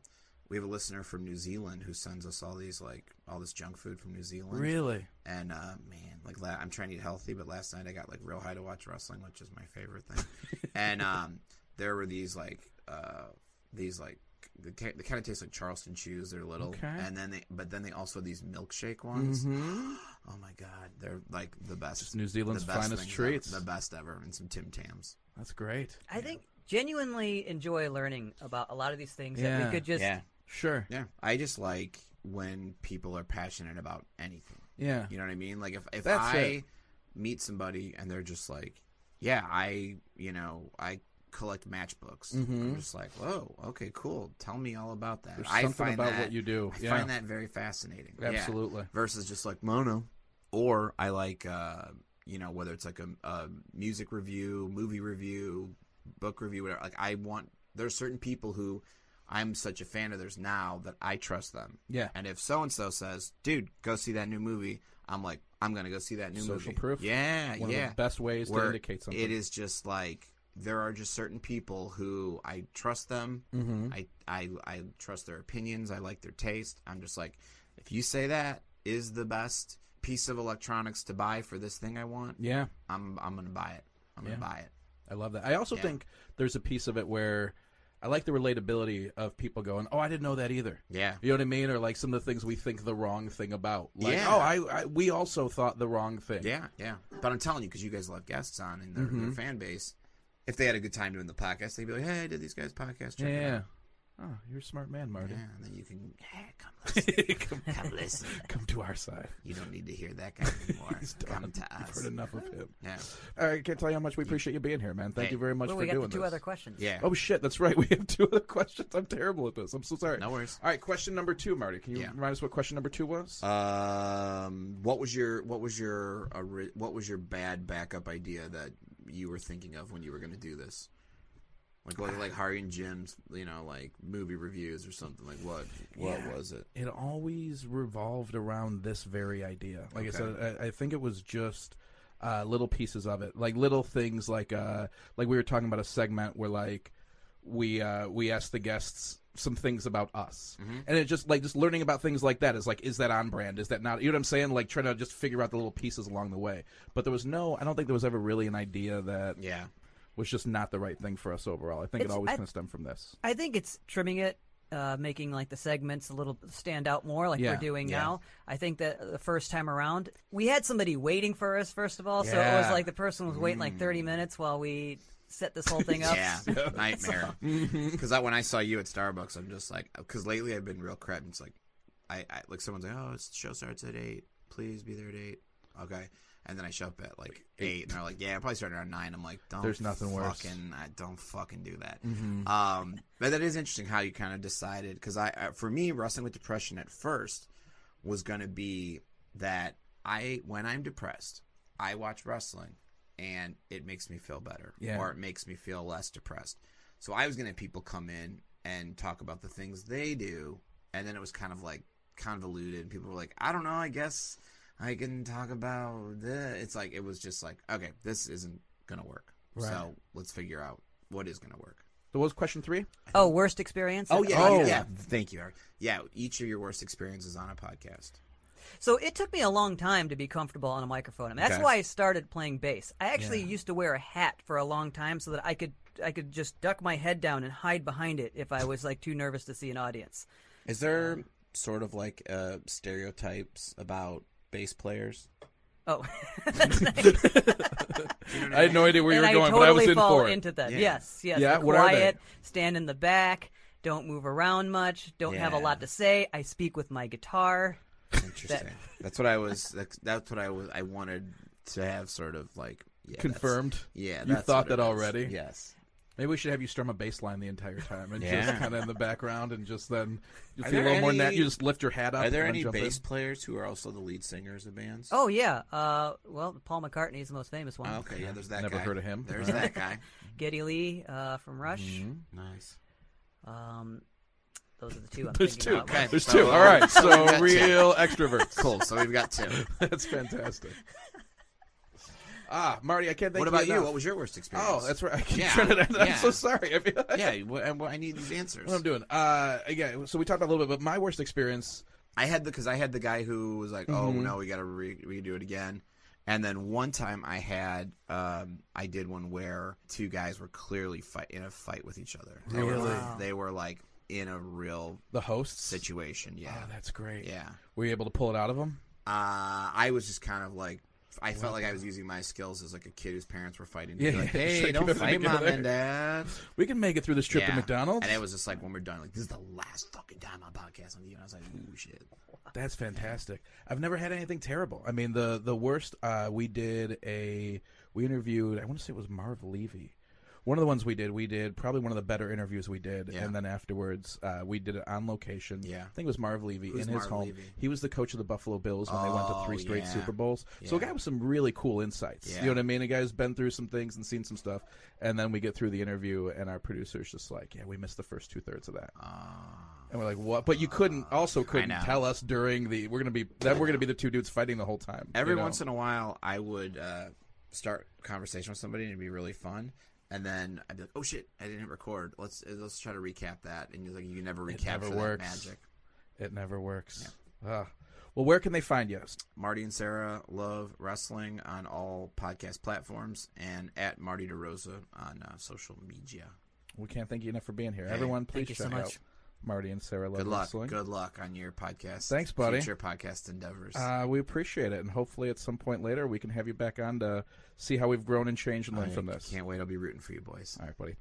S5: we have a listener from New Zealand who sends us all these like all this junk food from New Zealand.
S1: really.
S5: And uh, man, like la- I'm trying to eat healthy, but last night I got like real high to watch wrestling, which is my favorite thing. and um, there were these like uh, these like they, ca- they kind of taste like Charleston shoes. They're little,
S1: Okay.
S5: and then they but then they also these milkshake ones. oh my god, they're like the best.
S1: Mm-hmm. Just New Zealand's
S5: the best
S1: finest
S5: things
S1: treats.
S5: ever, the best ever, and some Tim Tams.
S1: That's great.
S6: I think genuinely enjoy learning about a lot of these things that
S1: Yeah.
S6: we could just.
S5: yeah,
S1: Sure.
S5: yeah. I just like when people are passionate about anything.
S1: Yeah.
S5: You know what I mean? Like if if
S1: That's
S5: I
S1: it.
S5: meet somebody and they're just like, "Yeah, I you know I collect matchbooks," I'm just like, "Whoa, okay, cool. Tell me all about that."
S1: Mm-hmm. There's
S5: I
S1: something
S5: find
S1: about
S5: that,
S1: what you do.
S5: I
S1: Yeah.
S5: find that very fascinating. Yeah.
S1: Absolutely.
S5: Versus just like mono, or I like uh, you know whether it's like a, a music review, movie review, book review, whatever. Like I want there's certain people who. I'm such a fan of theirs now that I trust them.
S1: Yeah.
S5: And if so and so says, "Dude, go see that new movie," I'm like, "I'm gonna go see that new
S1: Social
S5: movie."
S1: proof.
S5: Yeah,
S1: One
S5: yeah.
S1: of the best ways
S5: Where
S1: to indicate something.
S5: It is just like there are just certain people who I trust them. Mm-hmm. I, I I trust their opinions. I like their taste. I'm just like, if you say that is the best piece of electronics to buy for this thing I want,
S1: Yeah.
S5: I'm I'm gonna buy it. I'm
S1: Yeah.
S5: gonna buy it.
S1: I love that. I also
S5: Yeah.
S1: think there's a piece of it where I like the relatability of people going, "Oh, I didn't know that either."
S5: Yeah.
S1: You know what I mean? Or like some of the things we think the wrong thing about. Like,
S5: Yeah.
S1: oh, I, I we also thought the wrong thing.
S5: Yeah, yeah. But I'm telling you, because you guys love guests on and their, their fan base, if they had a good time doing the podcast, they'd be like, "Hey, I did these guys' podcast? Check
S1: Yeah.
S5: it out."
S1: Oh, you're a smart man, Marty.
S5: Yeah, and then you can yeah, come listen. come, listen.
S1: Come to our side.
S5: You don't need to hear that guy anymore. come to
S1: I've
S5: us.
S1: heard enough of him.
S5: Yeah,
S1: All right, I can't tell you how much we appreciate you being here, man. Thank
S5: Hey.
S1: you very much
S6: Well,
S1: for
S6: we got
S1: doing
S6: the two
S1: this.
S6: other questions.
S5: yeah.
S1: Oh shit, that's right. We have two other questions. I'm terrible at this. I'm so sorry.
S5: No worries.
S1: All right, question number two, Marty. Can you
S5: Yeah.
S1: remind us what question number two was?
S5: Um, what was your what was your ori- what was your bad backup idea that you were thinking of when you were going to do this? Like like like Harry and Jim's, you know, like movie reviews or something. Like what what was it?
S1: it always revolved around this very idea. Like I
S5: Okay.
S1: said, I, I think it was just uh, little pieces of it, like little things, like uh, like we were talking about a segment where like we uh, we asked the guests some things about us, and it just like just learning about things like that is like is that on brand? Is that not? You know what I'm saying? Like trying to just figure out the little pieces along the way. But there was no, I don't think there was ever really an idea that
S5: Yeah,
S1: was just not the right thing for us overall. I think it
S6: It's-
S1: always
S6: I-
S1: kind of stemmed from this.
S6: I think it's trimming it, uh, making like the segments a little stand out more, like
S1: Yeah,
S6: we're doing
S5: yeah.
S6: now. I think that the first time around, we had somebody waiting for us. First of all, so it was
S1: Yeah.
S6: like the person was waiting like thirty minutes while we set this whole thing up.
S5: Mm. yeah, nightmare. Because I, when I saw you at Starbucks, I'm just like, because lately I've been real crap. and It's like, I, I like someone's like, oh, it's, the show starts at eight. Please be there at eight. Okay. And then I show up at like eight, and they're like, "Yeah, probably starting around 9. I'm like, "Don't
S1: There's nothing
S5: fucking,
S1: worse. Mm-hmm.
S5: I don't fucking do that." Um, but that is interesting how you kind of decided because I, I, for me, wrestling with depression at first was going to be that I, when I'm depressed, I watch wrestling, and it makes me feel better,
S1: Yeah.
S5: or it makes me feel less depressed. So I was going to have people come in and talk about the things they do, and then it was kind of like convoluted. And people were like, "I don't know, I guess." I can talk about this. It's like it was just like, okay, this isn't gonna work. So let's figure out what is gonna work.
S1: So what was question three?
S2: Oh, worst experience.
S5: Oh yeah,
S1: Oh.
S5: yeah, yeah. Thank you, Eric. Yeah, each of your worst experiences on a podcast.
S2: So it took me a long time to be comfortable on a microphone. I mean, that's
S5: Okay.
S2: why I started playing bass. I actually used to wear a hat for a long time so that I could I could just duck my head down and hide behind it if I was like too nervous to see an audience.
S7: Is there
S5: Um,
S7: sort of like uh, stereotypes about bass players?
S2: Oh,
S1: I had no idea where you
S2: and
S1: were
S2: I
S1: going,
S2: totally
S1: but I was in
S2: fall
S1: for it.
S2: into that.
S5: Yeah.
S2: Yes, yes.
S1: Yeah,
S2: Be
S1: what are they?
S2: quiet, stand in the back, don't move around much, don't have a
S7: Yeah.
S2: lot to say. I speak with my guitar.
S5: Interesting. that's what I was. That's, that's what I was. I wanted to have sort of like yeah, that's-
S1: Confirmed.
S5: Yeah,
S1: you
S5: that's
S1: thought
S5: what
S1: that
S5: it is.
S1: already.
S5: Yes.
S1: Maybe we should have you strum a bass line the entire time and just
S7: Yeah.
S1: kind of in the background and just then you
S7: Are
S1: feel a
S7: there
S1: little more net.
S7: any-
S1: You just lift your hat up.
S7: Are there
S1: and then
S7: any
S1: jump in.
S7: bass players who are also the lead singers of bands?
S2: Oh yeah. Uh, well, Paul McCartney is the most famous one.
S5: Oh, okay. Yeah. There's that.
S1: Never
S5: guy.
S1: heard of him.
S5: There's
S1: All
S5: that guy.
S2: Geddy Lee uh, from Rush.
S5: Mm-hmm.
S7: nice.
S2: Um, those are the two I'm
S1: There's
S2: thinking
S1: two.
S2: about.
S5: Okay.
S1: There's
S5: so-
S1: two. All right.
S5: so we've
S1: So
S5: got two.
S1: real extroverts.
S5: Cool. So we've got two.
S1: That's fantastic. Ah, Marty, I can't think.
S5: what
S1: of
S5: about you?
S1: enough.
S5: What was your worst experience?
S1: Oh, that's right. I keep
S5: Yeah.
S1: trying to, I'm
S5: Yeah.
S1: so sorry. I feel like
S5: Yeah. wh- I, I need these answers.
S1: what I'm doing. Uh, yeah. So we talked about a little bit, but my worst experience.
S5: I had the because I had the guy who was like,
S1: Mm-hmm.
S5: "Oh no, we got to re- redo it again." And then one time I had, um, I did one where two guys were clearly fight in a fight with each other. They were,
S1: Really?
S5: like- they were like in a real
S1: The hosts.
S5: situation.
S1: Oh,
S5: Yeah,
S1: that's great.
S5: yeah.
S1: Were you able to pull it out of them?
S5: Uh, I was just kind of like, I felt like I was using my skills as like a kid whose parents were fighting. to be
S1: Yeah,
S5: like,
S1: yeah, just
S5: hey,
S1: like
S5: don't
S1: keep
S5: fight,
S1: everything
S5: mom
S1: together."
S5: and dad.
S1: We can make it through this trip to
S5: Yeah.
S1: McDonald's.
S5: And it was just like when we're done, like this is the last fucking time on podcast on you. And I was like, ooh shit.
S1: That's fantastic. I've never had anything terrible. I mean, the the worst uh, we did a we interviewed. I want to say it was Marv Levy. One of the ones we did, we did probably one of the better interviews we did,
S5: Yeah.
S1: and then afterwards uh, we did it on location.
S5: Yeah.
S1: I think it was Marv Levy
S5: Who's
S1: in his
S5: Marv
S1: home.
S5: Levy?
S1: He was the coach of the Buffalo Bills when they went to
S5: Oh,
S1: three straight
S5: yeah.
S1: Super Bowls. So a
S5: Yeah.
S1: guy with some really cool insights. You
S5: Yeah.
S1: know what I mean? A guy who's been through some things and seen some stuff, and then we get through the interview, and our producer's just like, "Yeah, we missed the first two thirds of that." And we're like, what? But you couldn't also couldn't
S5: know.
S1: tell us during the we're gonna be that we're gonna be the two dudes fighting the whole time.
S5: Every
S1: you know?
S5: once in a while, I would uh, start a conversation with somebody and it'd be really fun. And then I'd be like, "Oh shit, I didn't hit record. Let's uh, let's try to recap that." And you're like, "You can never recapture
S1: never
S5: that
S1: works.
S5: magic."
S1: it never works. Ugh. Ah. Well, where can they find you?
S5: Marty and Sarah love wrestling on all podcast platforms and at Marty DeRosa on uh, social media.
S1: We can't thank you enough for being here. Everyone, please
S2: you so
S1: check
S2: much.
S1: out Marty and Sarah Love
S5: Good luck.
S1: Wrestling.
S5: Good luck on your podcast.
S1: Thanks, buddy.
S5: Future podcast endeavors.
S1: Uh, we appreciate it, and hopefully at some point later we can have you back on to see how we've grown and changed and learned
S5: I
S1: from this.
S5: Can't wait. I'll be rooting for you, boys.
S1: All right, buddy.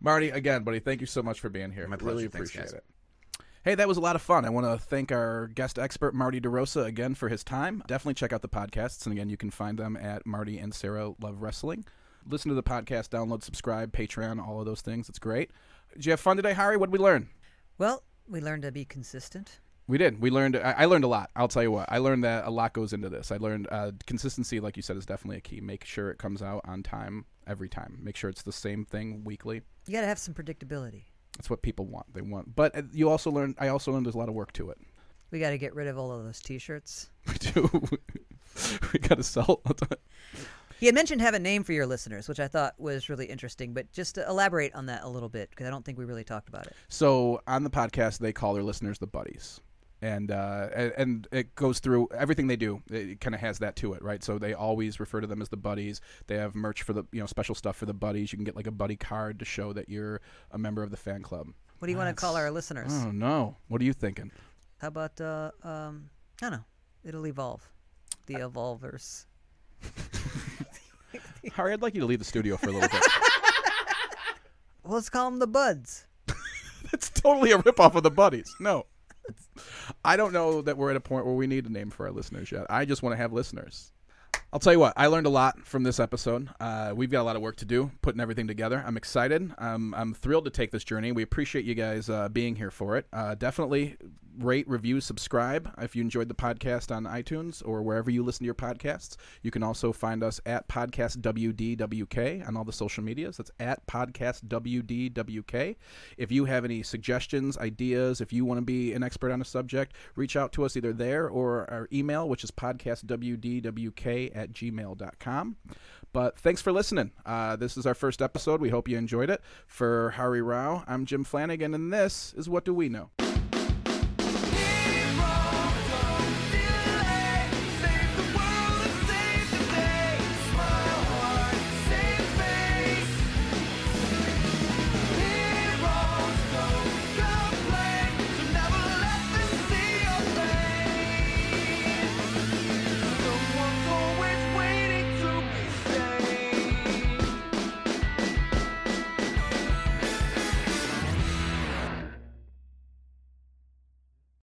S1: Marty, again, buddy, thank you so much for being here.
S5: My
S1: Really
S5: pleasure. Thanks,
S1: appreciate
S5: guys.
S1: it. Hey, that was a lot of fun. I want to thank our guest expert, Marty DeRosa, again for his time. Definitely check out the podcasts. And again, you can find them at Marty and Sarah Love Wrestling. Listen to the podcast, download, subscribe, Patreon, all of those things. It's great. Did you have fun today, Harry? What did we learn?
S2: Well, we learned to be consistent.
S1: We did. We learned. I, I learned a lot. I'll tell you what. I learned that a lot goes into this. I learned uh, consistency, like you said, is definitely a key. Make sure it comes out on time every time. Make sure it's the same thing weekly.
S2: You got to have some predictability.
S1: That's what people want. They want, but uh, you also learn. I also learned there's a lot of work to it.
S2: We got to get rid of all of those T-shirts.
S1: We do. we got to sell.
S2: He had mentioned have a name for your listeners, which I thought was really interesting. But just to elaborate on that a little bit, because I don't think we really talked about it.
S1: so on the podcast, they call their listeners the buddies, and uh, and, and it goes through everything they do. It kind of has that to it, right? So they always refer to them as the buddies. They have merch for the you know special stuff for the buddies. You can get like a buddy card to show that you're a member of the fan club.
S2: What do you want to call our listeners?
S1: Oh no! What are you thinking?
S2: How about uh, um, I don't know. It'll evolve. The
S5: Mm.
S2: evolvers.
S1: Harry, I'd like you to leave the studio for a little bit.
S2: Well, let's call them the buds.
S1: it's totally a ripoff of the buddies. No. I don't know that we're at a point where we need a name for our listeners yet. I just want to have listeners. I'll tell you what, I learned a lot from this episode. Uh, we've got a lot of work to do, putting everything together. I'm excited. I'm, I'm thrilled to take this journey. We appreciate you guys uh, being here for it. Uh, definitely rate, review, subscribe if you enjoyed the podcast on iTunes or wherever you listen to your podcasts. You can also find us at Podcast WDWK on all the social medias. That's at Podcast WDWK. If you have any suggestions, ideas, if you want to be an expert on a subject, reach out to us either there or our email, which is podcastwdwk at gmail.com. But thanks for listening. Uh, this is our first episode. We hope you enjoyed it. For Hari Rao, I'm Jim Flanagan, and this is What Do We Know?